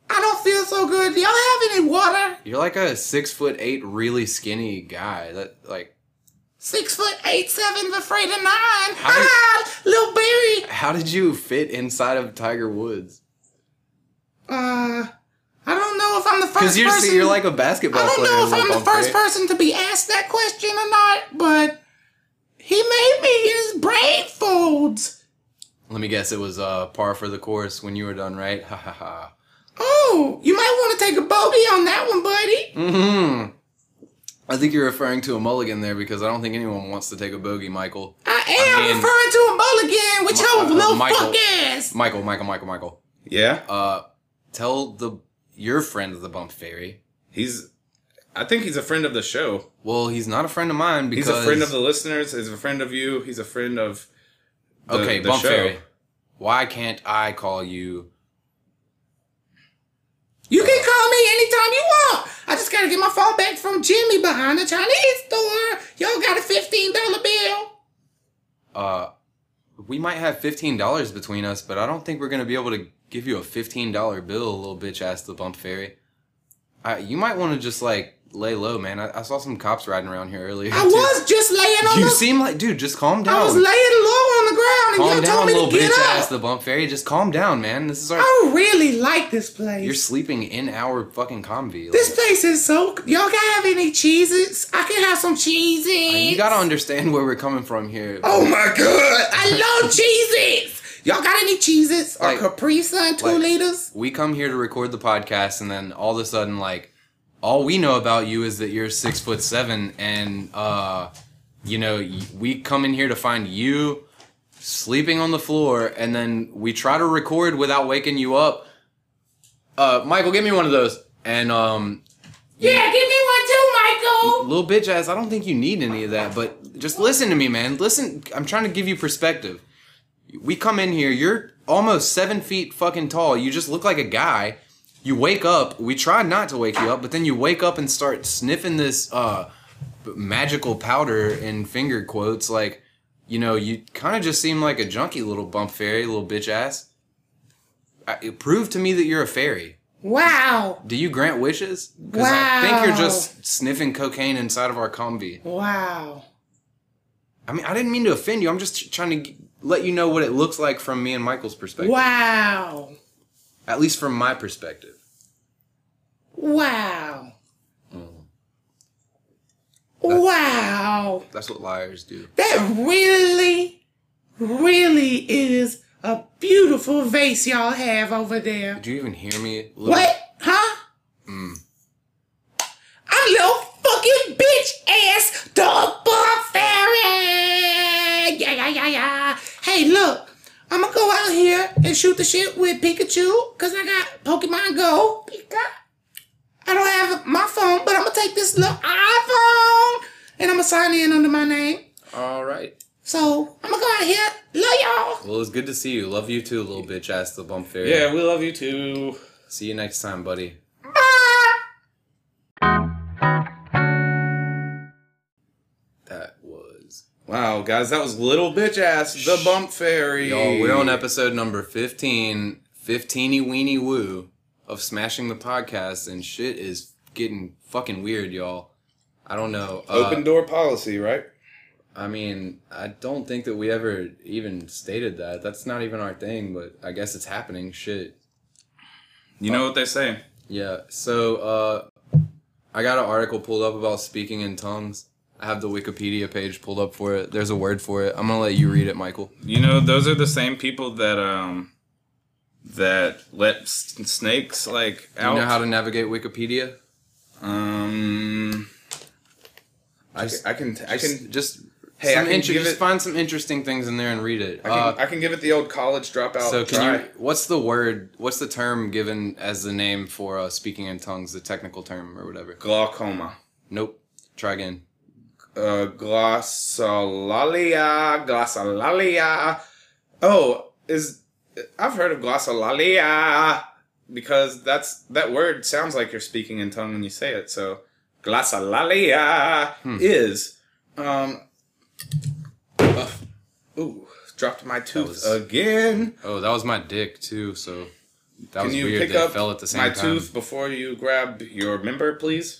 [SPEAKER 7] I don't feel so good. Do y'all have any water?
[SPEAKER 1] you're like a six foot eight, really skinny guy. That like
[SPEAKER 7] Six foot eight, seven's afraid of nine.
[SPEAKER 1] How do-
[SPEAKER 7] Ha! Little Barry.
[SPEAKER 1] how did you fit inside of Tiger Woods?
[SPEAKER 7] Uh, I don't know if I'm the
[SPEAKER 1] Because
[SPEAKER 7] first
[SPEAKER 1] you're
[SPEAKER 7] person.
[SPEAKER 1] you're like a basketball
[SPEAKER 7] I don't
[SPEAKER 1] player.
[SPEAKER 7] know if
[SPEAKER 1] little
[SPEAKER 7] I'm the
[SPEAKER 1] bump
[SPEAKER 7] first
[SPEAKER 1] fairy.
[SPEAKER 7] person to be asked that question or not, but he made me his brain folds.
[SPEAKER 1] Let me guess, it was uh, par for the course when you were done, right? Ha ha ha.
[SPEAKER 7] Oh, you might want to take a bogey on that one, buddy.
[SPEAKER 1] Mm-hmm. I think you're referring to a mulligan there because I don't think anyone wants to take a bogey, Michael.
[SPEAKER 7] I am
[SPEAKER 1] mean-
[SPEAKER 7] referring to a mulligan with
[SPEAKER 1] Mi-
[SPEAKER 7] your
[SPEAKER 1] uh,
[SPEAKER 7] little
[SPEAKER 1] Michael.
[SPEAKER 7] fuck ass.
[SPEAKER 1] Michael, Michael, Michael, Michael.
[SPEAKER 4] Yeah?
[SPEAKER 1] Uh, tell the your friend the bump fairy.
[SPEAKER 4] He's. I think he's a friend of the show.
[SPEAKER 1] Well, he's not a friend of mine
[SPEAKER 4] He's
[SPEAKER 1] because
[SPEAKER 4] a friend of the listeners. He's a friend of you. He's a friend of. the-
[SPEAKER 1] okay
[SPEAKER 4] the
[SPEAKER 1] bump
[SPEAKER 4] show.
[SPEAKER 1] fairy. Why can't I call you?
[SPEAKER 7] You can call me anytime you want. I just gotta get my phone back from Jimmy behind the Chinese store. Y'all got a fifteen dollar bill.
[SPEAKER 1] Uh, we might have fifteen dollars between us, but I don't think we're gonna be able to give you a fifteen dollar bill, little bitch ass the bump fairy. I, you might want to just like lay low, man. I, I saw some cops riding around here earlier.
[SPEAKER 7] I
[SPEAKER 1] too.
[SPEAKER 7] was just laying on
[SPEAKER 1] You
[SPEAKER 7] the
[SPEAKER 1] seem like, dude, just calm down.
[SPEAKER 7] I was laying low on the ground and
[SPEAKER 1] calm
[SPEAKER 7] y'all
[SPEAKER 1] down,
[SPEAKER 7] told me
[SPEAKER 1] little
[SPEAKER 7] to get
[SPEAKER 1] bitch
[SPEAKER 7] up.
[SPEAKER 1] ass the bump fairy. Just calm down, man. This is our.
[SPEAKER 7] I really like this place.
[SPEAKER 1] You're sleeping in our fucking combi. like-
[SPEAKER 7] this place is so. Y'all gotta have any cheeses? I can have some cheeses.
[SPEAKER 1] you gotta understand where we're coming from here.
[SPEAKER 7] Oh my god! I love cheeses. Y'all got any cheeses or
[SPEAKER 1] Like-
[SPEAKER 7] Capri Sun two
[SPEAKER 1] like-
[SPEAKER 7] liters?
[SPEAKER 1] we come here to record the podcast and then all of a sudden like all we know about you is that you're six foot seven and uh you know y- we come in here to find you sleeping on the floor and then we try to record without waking you up uh michael give me one of those and um
[SPEAKER 7] Yeah, give me one too, Michael.
[SPEAKER 1] little bitch ass i don't think you need any of that but just listen to me man listen i'm trying to give you perspective we come in here you're almost seven feet fucking tall you just look like a guy you wake up we try not to wake you up but then you wake up and start sniffing this uh b- magical powder in finger quotes like you know you kind of just seem like a junkie little bump fairy little bitch ass I, prove to me that you're a fairy
[SPEAKER 7] Wow!
[SPEAKER 1] do you grant wishes? 'Cause I think
[SPEAKER 7] Wow.
[SPEAKER 1] you're just sniffing cocaine inside of our combi.
[SPEAKER 7] Wow!
[SPEAKER 1] I mean, I didn't mean to offend you. I'm just trying to let you know what it looks like from me and Michael's perspective.
[SPEAKER 7] Wow.
[SPEAKER 1] At least from my perspective.
[SPEAKER 7] Wow.
[SPEAKER 1] Mm.
[SPEAKER 7] Wow.
[SPEAKER 1] That's what liars do.
[SPEAKER 7] That really, really is a beautiful vase y'all have over there.
[SPEAKER 1] Did you even hear me? Little-
[SPEAKER 7] What? Huh?
[SPEAKER 2] Mm.
[SPEAKER 7] I'm little fucking bitch ass double fairy. Yeah, yeah, yeah, yeah. Hey, look. I'm gonna go out here and shoot the shit with Pikachu because I got Pokemon Go. Pika. I don't have my phone, but I'm gonna take this little iPhone and I'm gonna sign in under my name.
[SPEAKER 1] All right.
[SPEAKER 7] So I'm gonna go out here. Love y'all.
[SPEAKER 1] Well, it's good to see you. Love you too, little bitch ass the bump fairy.
[SPEAKER 2] Yeah, we love you too.
[SPEAKER 1] See you next time, buddy. That was.
[SPEAKER 2] Wow, guys, that was little bitch ass the bump fairy.
[SPEAKER 1] Y'all, we're on episode number 15, 15 weeny woo of Smashing the Podcast, and shit is getting fucking weird, y'all. I don't know. Uh,
[SPEAKER 2] open door policy, right?
[SPEAKER 1] I mean, I don't think that we ever even stated that. That's not even our thing, but I guess it's happening. Shit.
[SPEAKER 4] You know what they say.
[SPEAKER 1] Yeah. So, uh, I got an article pulled up about speaking in tongues. I have the Wikipedia page pulled up for it. There's a word for it. I'm going to let you read it, Michael.
[SPEAKER 4] You know, those are the same people that um that let s- snakes like out.
[SPEAKER 1] You know how to navigate Wikipedia?
[SPEAKER 4] um,
[SPEAKER 2] I can, I can, I
[SPEAKER 1] Just,
[SPEAKER 2] can,
[SPEAKER 1] just
[SPEAKER 2] Hey, I
[SPEAKER 1] some
[SPEAKER 2] can
[SPEAKER 1] inter-
[SPEAKER 2] give
[SPEAKER 1] just
[SPEAKER 2] it-
[SPEAKER 1] find some interesting things in there and read it.
[SPEAKER 2] I can,
[SPEAKER 1] Uh,
[SPEAKER 2] I can give it the old college dropout.
[SPEAKER 1] so, can
[SPEAKER 2] try.
[SPEAKER 1] you? What's the word? What's the term given as the name for uh, speaking in tongues? The technical term or whatever.
[SPEAKER 2] glaucoma?
[SPEAKER 1] Nope. Try again.
[SPEAKER 2] Uh, glossolalia, glossolalia. Oh, is I've heard of glossolalia because that's that word sounds like you're speaking in tongue when you say it. So, glossolalia is um. uh, ooh, dropped my tooth
[SPEAKER 1] was-
[SPEAKER 2] again.
[SPEAKER 1] Oh, that was my dick too. So that
[SPEAKER 2] Can
[SPEAKER 1] was
[SPEAKER 2] you
[SPEAKER 1] weird.
[SPEAKER 2] pick
[SPEAKER 1] they
[SPEAKER 2] up
[SPEAKER 1] fell at the same
[SPEAKER 2] my
[SPEAKER 1] time.
[SPEAKER 2] tooth before you grab your member, please?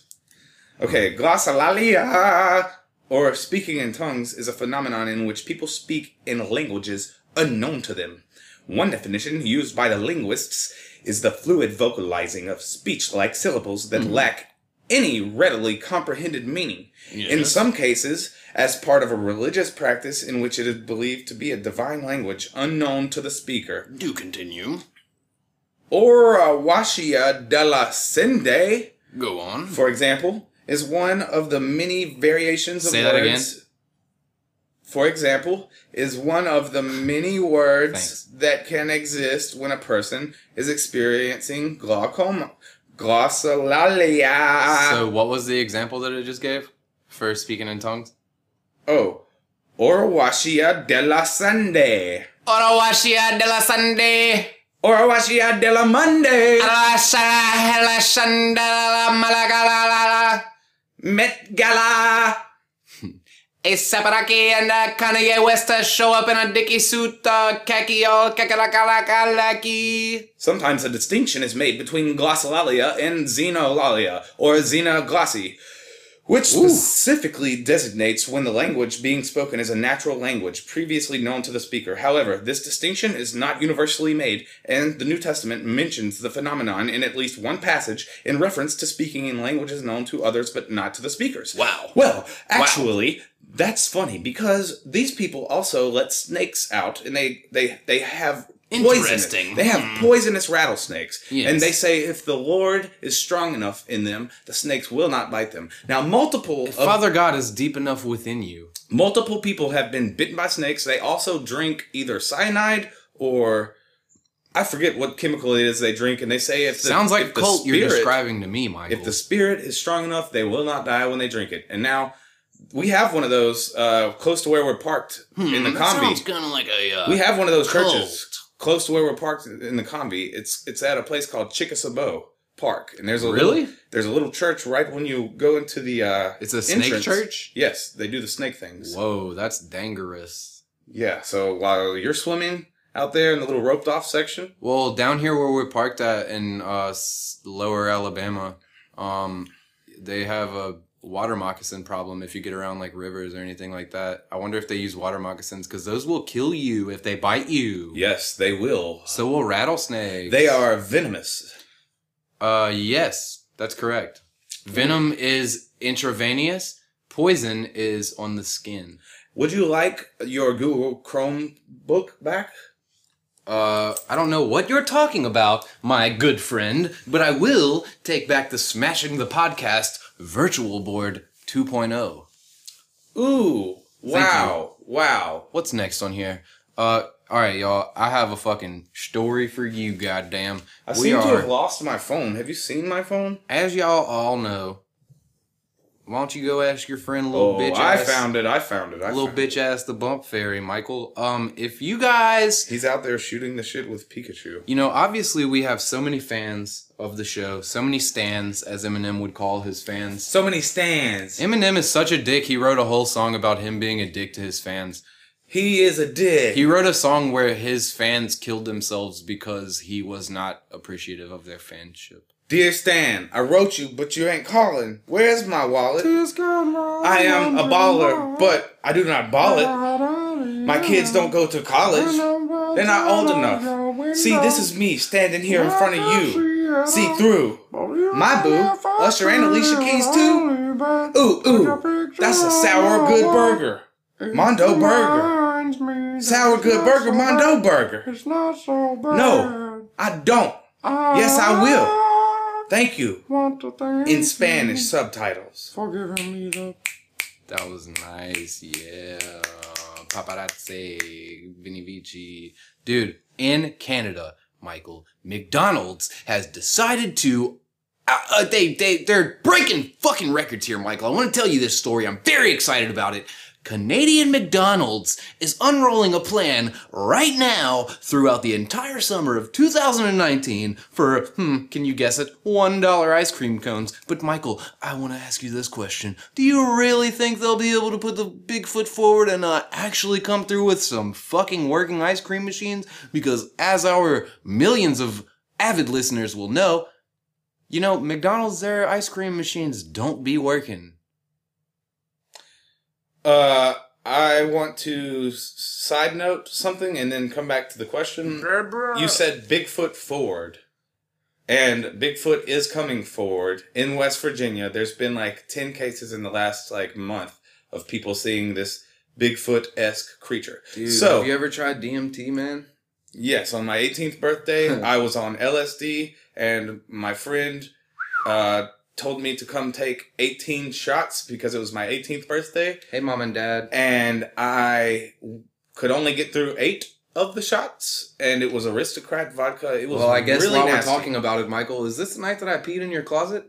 [SPEAKER 2] Okay, glossolalia, or speaking in tongues, is a phenomenon in which people speak in languages unknown to them. One definition used by the linguists is the fluid vocalizing of speech like syllables that
[SPEAKER 1] Mm-hmm.
[SPEAKER 2] lack any readily comprehended meaning. In some cases, as part of a religious practice in which it is believed to be a divine language unknown to the speaker.
[SPEAKER 6] Do continue.
[SPEAKER 2] Ora Washia della Sende,
[SPEAKER 6] Go on.
[SPEAKER 2] for example, is one of the many variations of
[SPEAKER 1] Say that
[SPEAKER 2] words.
[SPEAKER 1] again.
[SPEAKER 2] For example, is one of the many words
[SPEAKER 1] Thanks.
[SPEAKER 2] that can exist when a person is experiencing glaucoma. Glossolalia.
[SPEAKER 1] So what was the example that it just gave for speaking in tongues?
[SPEAKER 2] oh, Ora Washia della Sende.
[SPEAKER 6] Orowashia de la Sunday.
[SPEAKER 2] Ora Washia della Monday. Met Gala.
[SPEAKER 6] A Saparaki and uh, Kanye West uh, show up in a dicky suit, uh, khaki all kakalakalaki.
[SPEAKER 2] Sometimes a distinction is made between glossolalia and xenolalia, or xenoglossi, which specifically designates when the language being spoken is a natural language previously known to the speaker. However, this distinction is not universally made, and the New Testament mentions the phenomenon in at least one passage in reference to speaking in languages known to others but not to the speakers.
[SPEAKER 6] Wow.
[SPEAKER 2] Well, actually, that's funny because these people also let snakes out, and they they they have poisonous-
[SPEAKER 6] Interesting.
[SPEAKER 2] They have poisonous rattlesnakes,
[SPEAKER 1] Hmm. Yes.
[SPEAKER 2] and they say if the Lord is strong enough in them, the snakes will not bite them. Now, multiple of-
[SPEAKER 1] Father God is deep enough within you.
[SPEAKER 2] multiple people have been bitten by snakes. They also drink either cyanide or I forget what chemical it is they drink, and they say if the,
[SPEAKER 1] Sounds like
[SPEAKER 2] if
[SPEAKER 1] a cult
[SPEAKER 2] the spirit,
[SPEAKER 1] you're describing to me, Michael.
[SPEAKER 2] if the spirit is strong enough, they will not die when they drink it. And now we have one of those uh, close to where we're parked in the
[SPEAKER 6] Hmm, Sounds
[SPEAKER 2] combi.
[SPEAKER 6] kind of like a. Uh,
[SPEAKER 2] We have one of those
[SPEAKER 6] cult.
[SPEAKER 2] churches close to where we're parked in the combi. It's it's at a place called Chickasabo Park, and there's a
[SPEAKER 1] Really?
[SPEAKER 2] little, there's a little church right when you go into the. Uh,
[SPEAKER 1] it's a snake
[SPEAKER 2] entrance.
[SPEAKER 1] church.
[SPEAKER 2] Yes, they do the snake things.
[SPEAKER 1] Whoa, that's dangerous.
[SPEAKER 2] Yeah, so while you're swimming out there in the little roped off section,
[SPEAKER 1] Well, down here where we're parked at in uh, s- Lower Alabama, um, they have a water moccasin problem if you get around like rivers or anything like that. I wonder if they use water moccasins because those will kill you if they bite you.
[SPEAKER 2] Yes, they will.
[SPEAKER 1] So will rattlesnakes.
[SPEAKER 2] They are venomous.
[SPEAKER 1] Uh, yes, that's correct. Venom is intravenous. Poison is on the skin.
[SPEAKER 2] Would you like your Google Chrome book back?
[SPEAKER 1] Uh, I don't know what you're talking about, my good friend, but I will take back the Smashing the Podcast Virtual Board oh. 2.0.
[SPEAKER 2] Ooh, wow, wow.
[SPEAKER 1] What's next on here? Uh, all right, y'all. I have a fucking story for you. Goddamn,
[SPEAKER 2] I seem to have lost my phone. Have you seen my phone?
[SPEAKER 1] as y'all all know. Why don't you go ask your friend, little
[SPEAKER 2] Oh,
[SPEAKER 1] bitch?
[SPEAKER 2] I
[SPEAKER 1] ass-
[SPEAKER 2] found it. I found it. I
[SPEAKER 1] little
[SPEAKER 2] found it.
[SPEAKER 1] bitch ass the bump fairy michael um if you guys
[SPEAKER 2] He's out there shooting the shit with Pikachu.
[SPEAKER 1] you know obviously we have so many fans of the show so many stands as eminem would call his fans
[SPEAKER 4] So many stands.
[SPEAKER 1] eminem is such a dick he wrote a whole song about him being a dick to his fans
[SPEAKER 2] He is a dick.
[SPEAKER 1] he wrote a song where his fans killed themselves because he was not appreciative of their fanship
[SPEAKER 2] Dear Stan, I wrote you, but you ain't calling. Where's my wallet? I am a baller, but I do not ball it. My kids don't go to college. They're not old enough. See, this is me standing here in front of you. See through. My boo, Usher and Alicia Keys too. Ooh, ooh, that's a sour good burger. Mondo burger. Sour good burger, Mondo burger. It's not so bad. No, I don't. Yes, I will. Thank you. In Spanish subtitles.
[SPEAKER 1] That was nice, yeah. Paparazzi, Vinivici. Dude, in Canada, Michael, McDonald's has decided to. Uh, uh, they, they, they're breaking fucking records here, Michael. I want to tell you this story. I'm very excited about it. Canadian McDonald's is unrolling a plan right now throughout the entire summer of 2019 for, hmm, can you guess it? $1 ice cream cones. But Michael, I want to ask you this question. Do you really think they'll be able to put the big foot forward and uh, actually come through with some fucking working ice cream machines? Because as our millions of avid listeners will know, you know, McDonald's, their ice cream machines don't be working.
[SPEAKER 2] Uh, I want to s- side note something and then come back to the question. You said Bigfoot forward, and Bigfoot is coming forward in West Virginia. There's been like ten cases in the last like month of people seeing this Bigfoot esque creature. so
[SPEAKER 1] ever tried DMT, man?
[SPEAKER 2] Yes, on my 18th birthday, I was on LSD, and my friend uh, told me to come take 18 shots because it was my 18th birthday,
[SPEAKER 1] Hey, mom and dad.
[SPEAKER 2] and I could only get through eight of the shots, and it was aristocrat vodka. It was
[SPEAKER 1] Well, I guess
[SPEAKER 2] really
[SPEAKER 1] while
[SPEAKER 2] nasty.
[SPEAKER 1] we're talking about it, Michael, is this the night that I peed in your closet?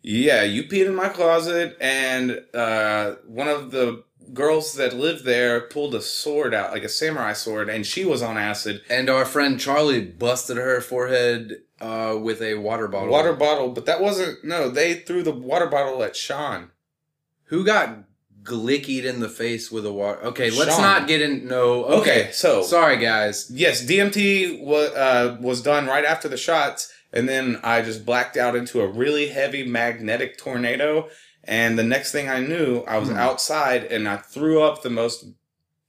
[SPEAKER 2] Yeah, you peed in my closet, and uh, one of the girls that lived there pulled a sword out, like a samurai sword, and she was on acid.
[SPEAKER 1] And our friend Charlie busted her forehead uh, with a water bottle.
[SPEAKER 2] Water bottle, but that wasn't. No, they threw the water bottle at Sean.
[SPEAKER 1] Who got glickied in the face with a water? Okay, let's
[SPEAKER 2] Sean.
[SPEAKER 1] not get in. No.
[SPEAKER 2] Okay,
[SPEAKER 1] Okay.
[SPEAKER 2] so-
[SPEAKER 1] sorry, guys.
[SPEAKER 2] Yes, DMT was uh, was done right after the shots, and then I just blacked out into a really heavy magnetic tornado. And the next thing I knew, I was
[SPEAKER 1] Hmm.
[SPEAKER 2] outside, and I threw up the most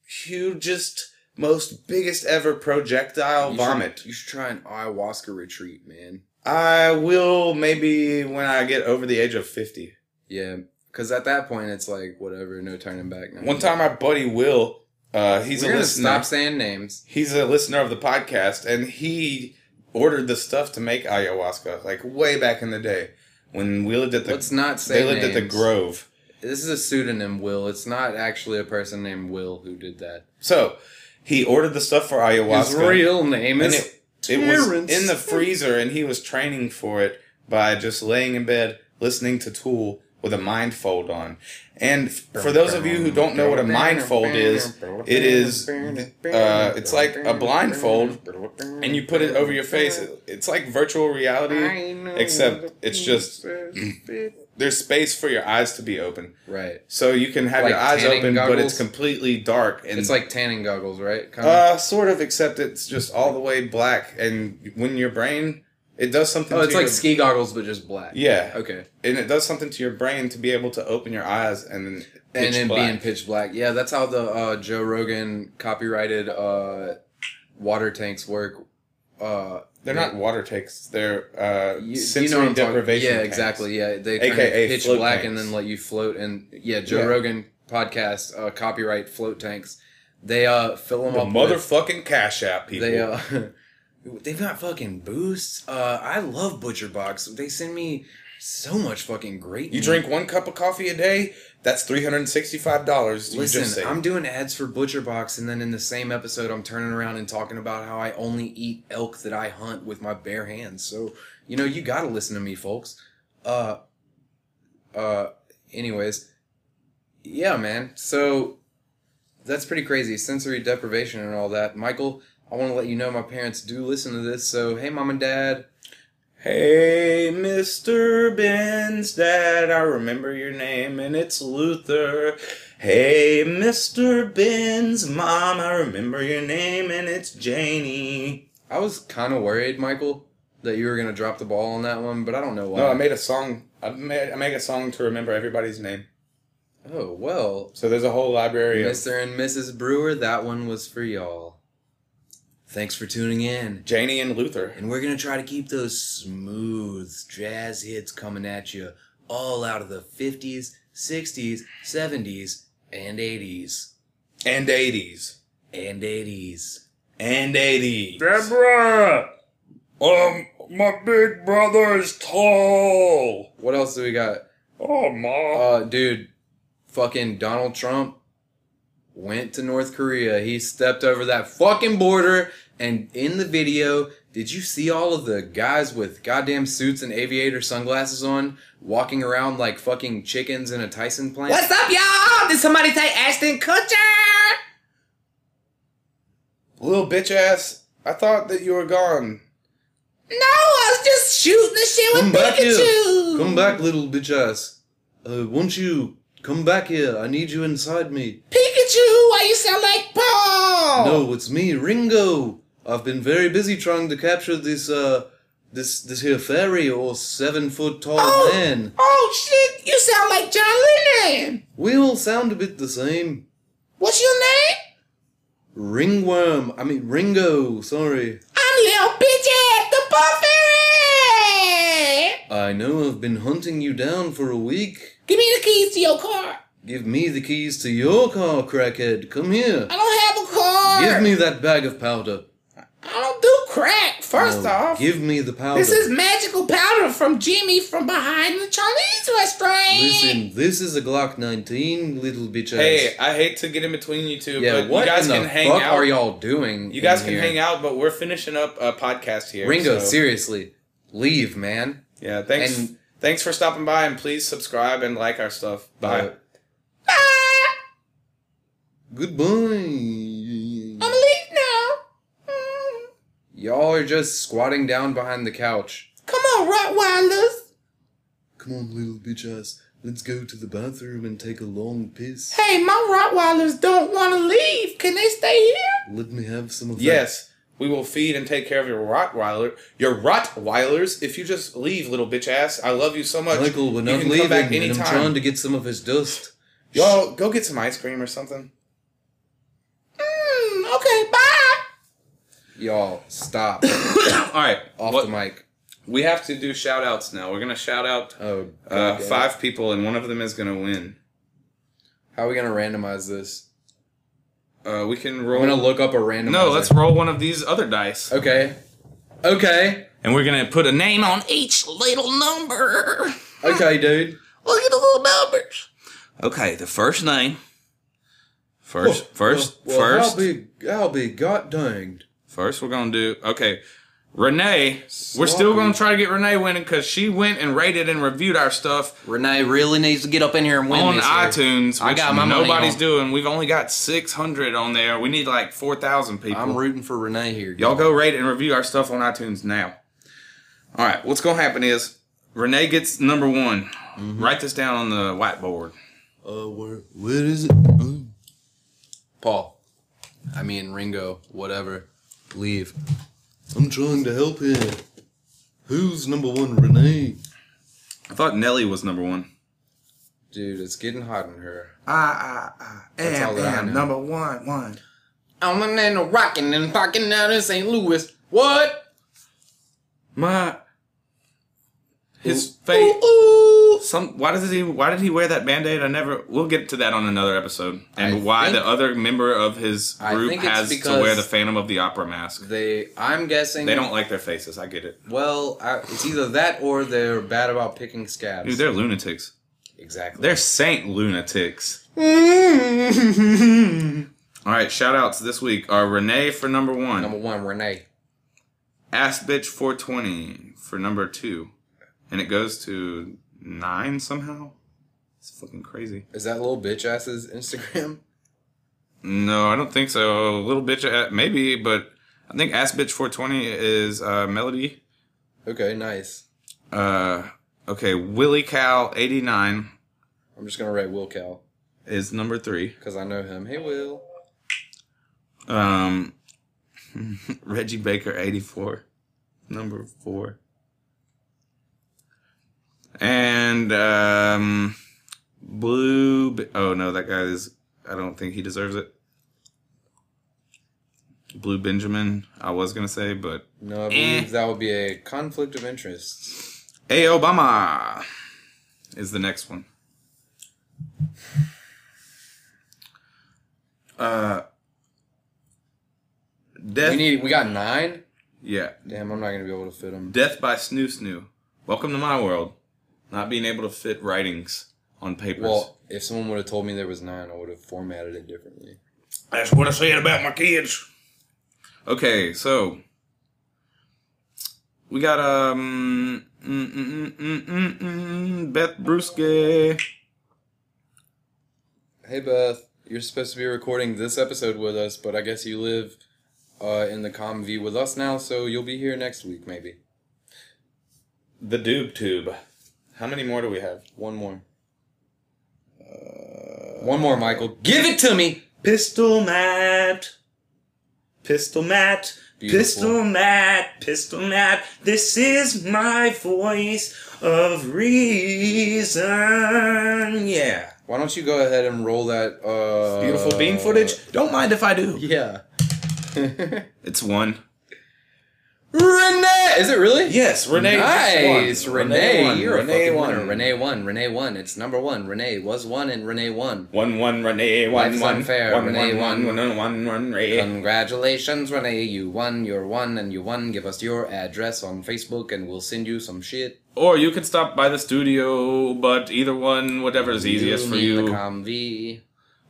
[SPEAKER 2] hugest, most biggest ever projectile
[SPEAKER 1] You should-
[SPEAKER 2] vomit.
[SPEAKER 1] you should try an ayahuasca retreat, man.
[SPEAKER 2] I will maybe when I get over the age of fifty.
[SPEAKER 1] Yeah, because at that point it's like whatever, no turning back. Now.
[SPEAKER 2] One time, my buddy Will, uh, he's
[SPEAKER 1] we're
[SPEAKER 2] a
[SPEAKER 1] gonna
[SPEAKER 2] listener.
[SPEAKER 1] stop saying names.
[SPEAKER 2] he's a listener of the podcast and he ordered the stuff to make ayahuasca like way back in the day when we lived at the
[SPEAKER 1] Let's not say
[SPEAKER 2] they lived at the
[SPEAKER 1] names.
[SPEAKER 2] grove
[SPEAKER 1] This is a pseudonym, Will. It's not actually a person named Will who did that.
[SPEAKER 2] so he ordered the stuff for ayahuasca
[SPEAKER 1] His real name
[SPEAKER 2] and
[SPEAKER 1] is
[SPEAKER 2] it, it was
[SPEAKER 1] Terrence.
[SPEAKER 2] in the freezer and he was training for it by just laying in bed listening to tool with a mindfold on and f- for those of you who don't know what a mindfold is it is uh, it's like a blindfold and you put it over your face. It- It's like virtual reality, except it's just
[SPEAKER 1] (laughs) Mm.
[SPEAKER 2] there's space for your eyes to be open,
[SPEAKER 1] right.
[SPEAKER 2] so you can have
[SPEAKER 1] Like
[SPEAKER 2] your eyes
[SPEAKER 1] tanning
[SPEAKER 2] open, but it's
[SPEAKER 1] goggles?
[SPEAKER 2] completely dark. And
[SPEAKER 1] It's like tanning goggles, right? Kinda.
[SPEAKER 2] uh, sort of, except it's just all the way black. And when your brain It does something.
[SPEAKER 1] Oh,
[SPEAKER 2] to
[SPEAKER 1] it's like
[SPEAKER 2] your-
[SPEAKER 1] ski goggles, but just black.
[SPEAKER 2] Yeah.
[SPEAKER 1] Okay.
[SPEAKER 2] and it does something to your brain to be able to open your eyes and pitch
[SPEAKER 1] and then
[SPEAKER 2] black.
[SPEAKER 1] being pitch black. Yeah, that's how the uh, Joe Rogan copyrighted uh, water tanks work. Uh,
[SPEAKER 2] They're not water takes. They're uh,
[SPEAKER 1] you- you know
[SPEAKER 2] sensory
[SPEAKER 1] what I'm talking-
[SPEAKER 2] deprivation.
[SPEAKER 1] Yeah,
[SPEAKER 2] tanks.
[SPEAKER 1] exactly. Yeah, they kind
[SPEAKER 2] AKA
[SPEAKER 1] of pitch
[SPEAKER 2] float
[SPEAKER 1] black and
[SPEAKER 2] tanks.
[SPEAKER 1] then let you float. And yeah, Joe
[SPEAKER 2] Yeah.
[SPEAKER 1] Rogan podcast uh, copyright float tanks. They uh, fill them
[SPEAKER 2] The
[SPEAKER 1] up. with-
[SPEAKER 2] motherfucking cash app people.
[SPEAKER 1] They uh, (laughs) they've got fucking boosts. Uh, I love Butcher Box. They send me so much fucking great.
[SPEAKER 2] you
[SPEAKER 1] meat.
[SPEAKER 2] drink one cup of coffee a day. That's three hundred and sixty-five dollars. You just
[SPEAKER 1] Listen,
[SPEAKER 2] saved.
[SPEAKER 1] I'm doing ads for Butcher Box, and then in the same episode, I'm turning around and talking about how I only eat elk that I hunt with my bare hands. So, you know, you gotta listen to me, folks. Uh, uh, anyways, yeah, man. So that's pretty crazy. Sensory deprivation and all that. Michael, I want to let you know my parents do listen to this. So, hey, mom and dad.
[SPEAKER 2] Hey, Mr. Ben's dad, I remember your name and it's Luther. Hey, Mr. Ben's mom, I remember your name and it's Janie.
[SPEAKER 1] I was kind of worried, Michael, that you were gonna drop the ball on that one, but I don't know why.
[SPEAKER 2] No, I made a song. I made, I make a song to remember everybody's name.
[SPEAKER 1] oh well.
[SPEAKER 2] So there's a whole library of
[SPEAKER 1] Mr. and Mrs. Brewer, that one was for y'all. Thanks for tuning in.
[SPEAKER 2] Janie and Luther.
[SPEAKER 6] And we're gonna try to keep those smooth jazz hits coming at you all out of the 50s, 60s, 70s, and 80s.
[SPEAKER 2] And 80s.
[SPEAKER 6] And 80s.
[SPEAKER 2] And 80s.
[SPEAKER 8] Deborah! Um, my big brother is tall.
[SPEAKER 1] What else do we got?
[SPEAKER 8] Oh, ma.
[SPEAKER 1] Uh, dude, fucking Donald Trump went to North Korea. He stepped over that fucking border. And in the video, did you see all of the guys with goddamn suits and aviator sunglasses on walking around like fucking chickens in a Tyson plant?
[SPEAKER 7] What's up, y'all? Did somebody say Ashton Kutcher?
[SPEAKER 2] Little bitch ass, I thought that you were gone.
[SPEAKER 7] No, I was just shooting the shit with
[SPEAKER 1] Come back
[SPEAKER 7] Pikachu.
[SPEAKER 1] here. Come back, little bitch ass. Uh, won't you come back here? I need you inside me.
[SPEAKER 7] Pikachu, why you sound like Paul?
[SPEAKER 2] Oh.
[SPEAKER 1] No, it's me, Ringo. I've been very busy trying to capture this, uh, this, this here fairy or seven foot tall
[SPEAKER 7] Oh.
[SPEAKER 1] man.
[SPEAKER 7] Oh shit, you sound like John Lennon.
[SPEAKER 1] We all sound a bit the same.
[SPEAKER 7] What's your name?
[SPEAKER 1] Ringworm. I mean, Ringo, sorry.
[SPEAKER 7] I'm Lil Bitch Ass the Buffery.
[SPEAKER 1] I know I've been hunting you down for a week.
[SPEAKER 7] Give me the keys to your car.
[SPEAKER 1] Give me the keys to your car, crackhead. Come here.
[SPEAKER 7] I don't have a car.
[SPEAKER 1] Give me that bag of powder.
[SPEAKER 7] I don't do crack. First
[SPEAKER 1] No,
[SPEAKER 7] off,
[SPEAKER 1] Oh, give me the powder.
[SPEAKER 7] this is magical powder from Jimmy from behind the Chinese restaurant.
[SPEAKER 1] Listen, this is a Glock 19, little bitch ass.
[SPEAKER 2] Hey, I hate to get in between you two,
[SPEAKER 1] yeah,
[SPEAKER 2] but
[SPEAKER 1] what
[SPEAKER 2] you guys
[SPEAKER 1] in the
[SPEAKER 2] can hang
[SPEAKER 1] fuck
[SPEAKER 2] out.
[SPEAKER 1] are y'all doing?
[SPEAKER 2] You guys can hang out, but we're finishing up a podcast here.
[SPEAKER 1] Ringo,
[SPEAKER 2] so-
[SPEAKER 1] seriously, leave, man.
[SPEAKER 2] Yeah, thanks.
[SPEAKER 1] And-
[SPEAKER 2] thanks for stopping by, and please subscribe and like our stuff. Bye.
[SPEAKER 1] Uh, Goodbye.
[SPEAKER 7] I'm gonna leave now. Mm.
[SPEAKER 1] Y'all are just squatting down behind the couch.
[SPEAKER 7] Come on, Rottweilers.
[SPEAKER 1] Come on, little bitch ass. Let's go to the bathroom and take a long piss.
[SPEAKER 7] Hey, my Rottweilers don't want to leave. Can they stay here?
[SPEAKER 1] Let me have some of that.
[SPEAKER 2] Yes, we will feed and take care of your Rottweiler, your Rottweilers. If you just leave, little bitch ass, I love you so much.
[SPEAKER 1] Michael, when
[SPEAKER 2] you
[SPEAKER 1] I'm
[SPEAKER 2] can
[SPEAKER 1] leaving,
[SPEAKER 2] come back
[SPEAKER 1] and I'm
[SPEAKER 2] anytime.
[SPEAKER 1] trying to get some of his dust.
[SPEAKER 2] Y'all go get some ice cream or something.
[SPEAKER 7] Mm, okay, bye.
[SPEAKER 1] Y'all,
[SPEAKER 2] (laughs)
[SPEAKER 1] stop.
[SPEAKER 2] (coughs) All right,
[SPEAKER 1] Off
[SPEAKER 2] what-
[SPEAKER 1] the mic.
[SPEAKER 2] we have to do shout outs now. We're gonna shout out
[SPEAKER 1] Oh,
[SPEAKER 2] uh,
[SPEAKER 1] God.
[SPEAKER 2] five people, and one of them is gonna win.
[SPEAKER 1] How are we gonna randomize this?
[SPEAKER 2] Uh, we can
[SPEAKER 1] I'm gonna
[SPEAKER 2] roll.
[SPEAKER 1] look up a randomizer.
[SPEAKER 4] No, let's roll one of these other dice.
[SPEAKER 1] Okay. Okay.
[SPEAKER 4] And we're gonna put a name on.
[SPEAKER 3] Each little number.
[SPEAKER 1] Okay, dude.
[SPEAKER 3] Look at the little
[SPEAKER 1] (laughs)
[SPEAKER 3] numbers.
[SPEAKER 4] Okay, the first name. First, first,
[SPEAKER 1] Well, well,
[SPEAKER 4] first,
[SPEAKER 1] I'll be, I'll be god danged.
[SPEAKER 4] first. We're gonna do okay. Renee, we're still gonna try to get Renee winning because she went and rated and reviewed our stuff
[SPEAKER 6] Renee really needs to get up in here and win
[SPEAKER 4] on
[SPEAKER 6] this year.
[SPEAKER 4] iTunes, which
[SPEAKER 6] I got my money
[SPEAKER 4] nobody's
[SPEAKER 6] on.
[SPEAKER 4] doing. We've only got six hundred on there. We need like four thousand people.
[SPEAKER 6] I'm rooting for Renee here.
[SPEAKER 4] Y'all go rate and review our stuff on iTunes now. All right, what's gonna happen is Renee gets number one. Write this down on the whiteboard.
[SPEAKER 6] Uh, where, where is it?
[SPEAKER 1] Paul. I mean Ringo. Whatever. Leave. I'm trying to help here. Who's number one, Renee?
[SPEAKER 2] I thought Nelly was number one.
[SPEAKER 1] Dude, it's getting hot in here.
[SPEAKER 2] Ah, ah, ah.
[SPEAKER 1] That's all that I know.
[SPEAKER 2] number one, one.
[SPEAKER 1] I'm a nano rockin' and parking out in St. Louis. What?
[SPEAKER 2] My. His face. Some. Why does he? Why did he wear that band aid? I never. We'll get to that on another episode. And
[SPEAKER 1] I
[SPEAKER 2] why
[SPEAKER 1] think-
[SPEAKER 2] the other member of his
[SPEAKER 1] I
[SPEAKER 2] group
[SPEAKER 1] think it's
[SPEAKER 2] has to
[SPEAKER 1] because-
[SPEAKER 2] wear the Phantom of the Opera mask.
[SPEAKER 1] They, I'm guessing
[SPEAKER 2] They don't like their faces. I get it.
[SPEAKER 1] Well, I, it's either that or they're bad about picking scabs.
[SPEAKER 2] Dude, they're lunatics.
[SPEAKER 1] exactly.
[SPEAKER 2] They're Saint lunatics. All right, shout outs this week are Renee for number one,
[SPEAKER 1] number one, Renee.
[SPEAKER 2] Ass Bitch 420 for number two, and it goes to nine somehow. It's fucking crazy.
[SPEAKER 1] Is that little bitch ass's Instagram? (laughs)
[SPEAKER 2] No, I don't think so. A little bitch, uh, maybe, but I think Ass Bitch 420 is uh, Melody.
[SPEAKER 1] Okay, nice.
[SPEAKER 2] Uh, okay, Willie Cow 89
[SPEAKER 1] I'm just gonna write Will Cal
[SPEAKER 2] is number three.
[SPEAKER 1] because I know him. Hey, Will.
[SPEAKER 2] Um, (laughs) Reggie Baker, 84, number four. And um, Blue. B- Oh no, that guy is. I don't think he deserves it. Blue Benjamin. I was gonna say, but
[SPEAKER 1] No, I
[SPEAKER 2] Eh.
[SPEAKER 1] believe that would be a conflict of interest.
[SPEAKER 2] Hey Obama is the next one. Uh,
[SPEAKER 1] We
[SPEAKER 2] death.
[SPEAKER 1] need. We got nine.
[SPEAKER 2] yeah,
[SPEAKER 1] Damn, I'm not gonna be able to fit them.
[SPEAKER 2] Death by Snoo Snoo. Welcome to my world. Not being able to fit writings on papers.
[SPEAKER 1] Well, if someone would have told me there was nine, I would have formatted it differently.
[SPEAKER 8] That's what I said about my kids.
[SPEAKER 2] okay, so we got um mm, mm, mm, mm, mm, mm, Beth Bruske.
[SPEAKER 1] Hey, Beth. You're supposed to be recording this episode with us, but I guess you live uh, in the ComV with us now, so you'll be here next week, maybe.
[SPEAKER 2] The Doob Tube. How many more do we have?
[SPEAKER 1] One more.
[SPEAKER 2] Uh,
[SPEAKER 1] One more, Michael. Give it to me.
[SPEAKER 8] Pistol Matt. Pistol Matt.
[SPEAKER 1] Beautiful.
[SPEAKER 8] Pistol Matt. Pistol Matt. This is my voice of reason. Yeah.
[SPEAKER 1] Why don't you go ahead and roll that uh,
[SPEAKER 2] Beautiful bean footage. Don't mind if I do.
[SPEAKER 1] Yeah.
[SPEAKER 2] It's one.
[SPEAKER 1] Renee, is it really?
[SPEAKER 8] Yes, Renee.
[SPEAKER 1] Nice,
[SPEAKER 8] just won.
[SPEAKER 1] Renee.
[SPEAKER 8] won.
[SPEAKER 1] You're a fucking
[SPEAKER 8] won.
[SPEAKER 1] winner. Renee won. Renee won. It's number one. Renee was one, and Renee won.
[SPEAKER 2] One one Renee
[SPEAKER 1] Life's
[SPEAKER 2] one one
[SPEAKER 1] unfair,
[SPEAKER 2] one
[SPEAKER 1] Renee,
[SPEAKER 2] one one one one one Renee.
[SPEAKER 1] Congratulations, Renee. You won. You're one, and you won. Give us your address on Facebook, and we'll send you some shit.
[SPEAKER 2] Or you can stop by the studio, but either one, whatever is easiest for
[SPEAKER 1] meet
[SPEAKER 2] you.
[SPEAKER 1] The ComV.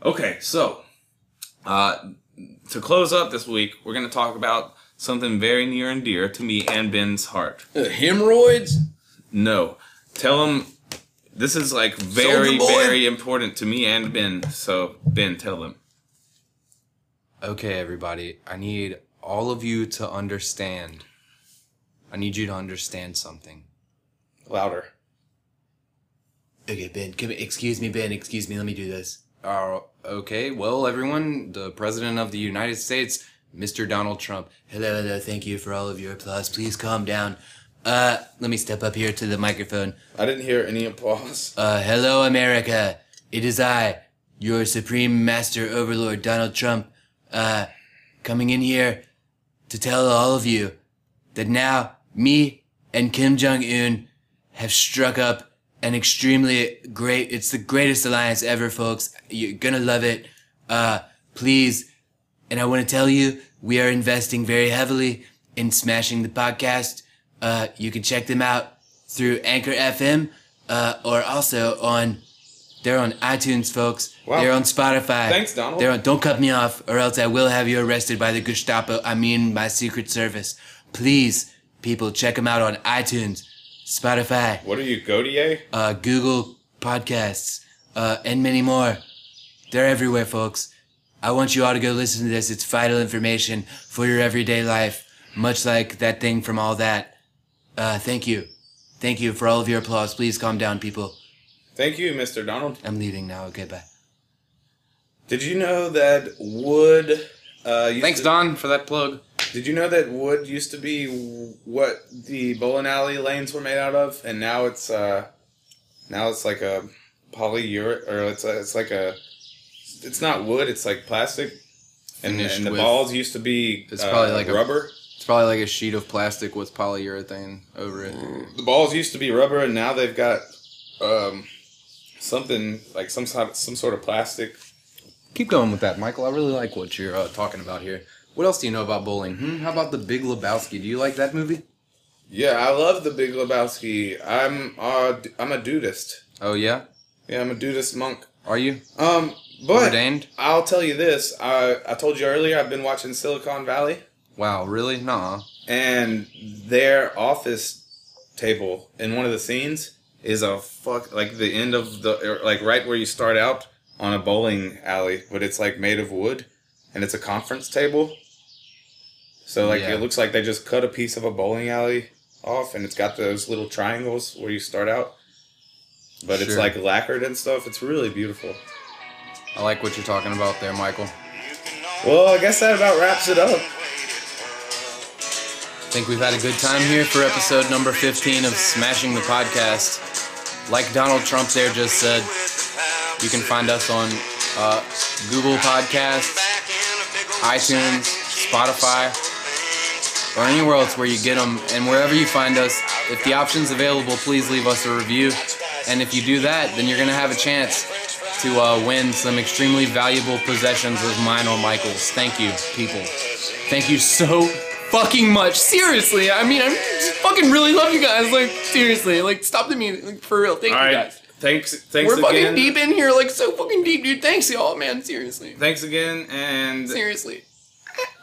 [SPEAKER 2] Okay, so uh, to close up this week, we're going to talk about something very near and dear to me and Ben's heart.
[SPEAKER 1] Uh, hemorrhoids.
[SPEAKER 2] No, tell him this is like very,
[SPEAKER 1] Soldier boy.
[SPEAKER 2] very important to me and Ben. So Ben, tell them.
[SPEAKER 1] Okay, everybody, I need all of you to understand. I need you to understand something.
[SPEAKER 2] louder.
[SPEAKER 9] Okay, Ben, come, excuse me, Ben, excuse me, let me do this.
[SPEAKER 1] Uh, okay, well, everyone, the President of the United States, Mr. Donald Trump.
[SPEAKER 9] Hello, hello, thank you for all of your applause. Please calm down. Uh, let me step up here to the microphone.
[SPEAKER 2] I didn't hear any applause.
[SPEAKER 9] Uh, hello, America. It is I, your supreme master overlord, Donald Trump, uh, coming in here to tell all of you that now me and Kim Jong Un have struck up an extremely great, it's the greatest alliance ever, folks. You're gonna love it. Uh, please. And I want to tell you, we are investing very heavily in smashing the podcast. Uh, you can check them out through Anchor FM, uh, or also on, they're on iTunes, folks. They're on Spotify.
[SPEAKER 2] Thanks, Donald.
[SPEAKER 9] They're on, don't cut me off, or else I will have you arrested by the Gestapo. I mean, my Secret Service. Please, people, check them out on iTunes, Spotify,
[SPEAKER 2] What are you, Godier?
[SPEAKER 9] uh, Google Podcasts, uh, and many more. They're everywhere, folks. I want you all to go listen to this. It's vital information for your everyday life, much like that thing from all that. Uh, thank you. Thank you for all of your applause. Please calm down, people.
[SPEAKER 2] Thank you, Mr. Donald.
[SPEAKER 9] I'm leaving now. Okay, bye.
[SPEAKER 2] Did you know that Wood? Uh, used
[SPEAKER 1] Thanks,
[SPEAKER 2] to-
[SPEAKER 1] Don, for that plug.
[SPEAKER 2] Did you know that wood used to be what the bowling alley lanes were made out of, and now it's uh, now it's like a polyurethane, or it's a, it's like a, it's not wood, it's like plastic, and,
[SPEAKER 1] Finished
[SPEAKER 2] and the
[SPEAKER 1] with-
[SPEAKER 2] balls used to be
[SPEAKER 1] It's
[SPEAKER 2] uh,
[SPEAKER 1] probably like a-
[SPEAKER 2] rubber.
[SPEAKER 1] It's probably like a sheet of plastic with polyurethane over it.
[SPEAKER 2] the balls used to be rubber, and now they've got um, something like some sort of, some sort of plastic.
[SPEAKER 1] Keep going with that, Michael. I really like what you're uh, talking about here. What else do you know about bowling? Hmm? How about the Big Lebowski? Do you like that movie?
[SPEAKER 2] Yeah, I love the Big Lebowski. I'm uh, I'm a dudist.
[SPEAKER 1] Oh yeah,
[SPEAKER 2] Yeah, I'm a dudist monk.
[SPEAKER 1] are you
[SPEAKER 2] Um, but
[SPEAKER 1] ordained?
[SPEAKER 2] I'll tell you this. I I told you earlier I've been watching Silicon Valley,
[SPEAKER 1] Wow, really? Nah.
[SPEAKER 2] and their office table in one of the scenes is a fuck like the end of the or, like right where you start out on a bowling alley, but it's like made of wood, and it's a conference table. So like
[SPEAKER 1] Yeah.
[SPEAKER 2] it looks like they just cut a piece of a bowling alley off, and it's got those little triangles where you start out. But it's
[SPEAKER 1] Sure.
[SPEAKER 2] like lacquered and stuff. It's really beautiful.
[SPEAKER 1] I like what you're talking about there, Michael.
[SPEAKER 2] Well, I guess that about wraps it up.
[SPEAKER 1] Think we've had a good time here for episode number 15 of Smashing the Podcast. Like Donald Trump there just said, you can find us on uh, Google Podcasts, iTunes, Spotify, or anywhere else where you get them. And wherever you find us, if the option's available, please leave us a review. And if you do that, then you're going to have a chance to uh, win some extremely valuable possessions of mine or Michael's. Thank you, people. Thank you so fucking much. Seriously, I mean, I fucking really love you guys. Like, seriously, like, stop the music, like, for real. Thank
[SPEAKER 4] All
[SPEAKER 1] you
[SPEAKER 4] right.
[SPEAKER 1] guys.
[SPEAKER 4] Thanks. Thanks
[SPEAKER 6] We're
[SPEAKER 4] again.
[SPEAKER 6] fucking deep in here, like so fucking deep, dude. Thanks, y'all, man. Seriously,
[SPEAKER 4] Thanks again, and
[SPEAKER 6] seriously.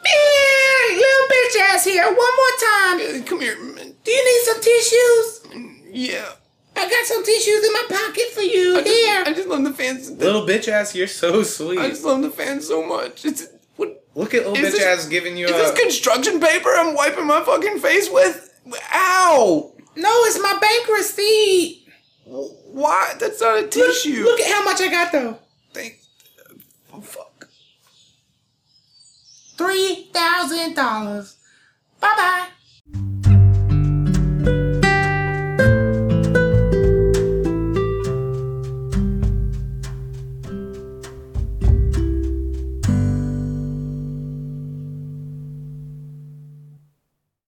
[SPEAKER 7] Man, little bitch ass here. One more time.
[SPEAKER 6] Uh, Come here. man.
[SPEAKER 7] Do you need some tissues?
[SPEAKER 6] Yeah.
[SPEAKER 7] I got some tissues in my pocket for you.
[SPEAKER 6] I
[SPEAKER 7] Here.
[SPEAKER 6] just, I just love the fans.
[SPEAKER 2] Little bitch ass, you're so
[SPEAKER 6] I
[SPEAKER 2] sweet.
[SPEAKER 6] just love the fans so much. It's what
[SPEAKER 2] Look at little
[SPEAKER 6] Is
[SPEAKER 2] bitch
[SPEAKER 6] this-
[SPEAKER 2] ass giving you
[SPEAKER 6] is
[SPEAKER 2] a.
[SPEAKER 6] this construction paper I'm wiping my fucking face with? Ow!
[SPEAKER 7] no, it's my bank receipt.
[SPEAKER 6] Why? That's not a tissue.
[SPEAKER 7] Look at how much I got though.
[SPEAKER 6] Thank. Oh, fuck.
[SPEAKER 7] Three thousand dollars.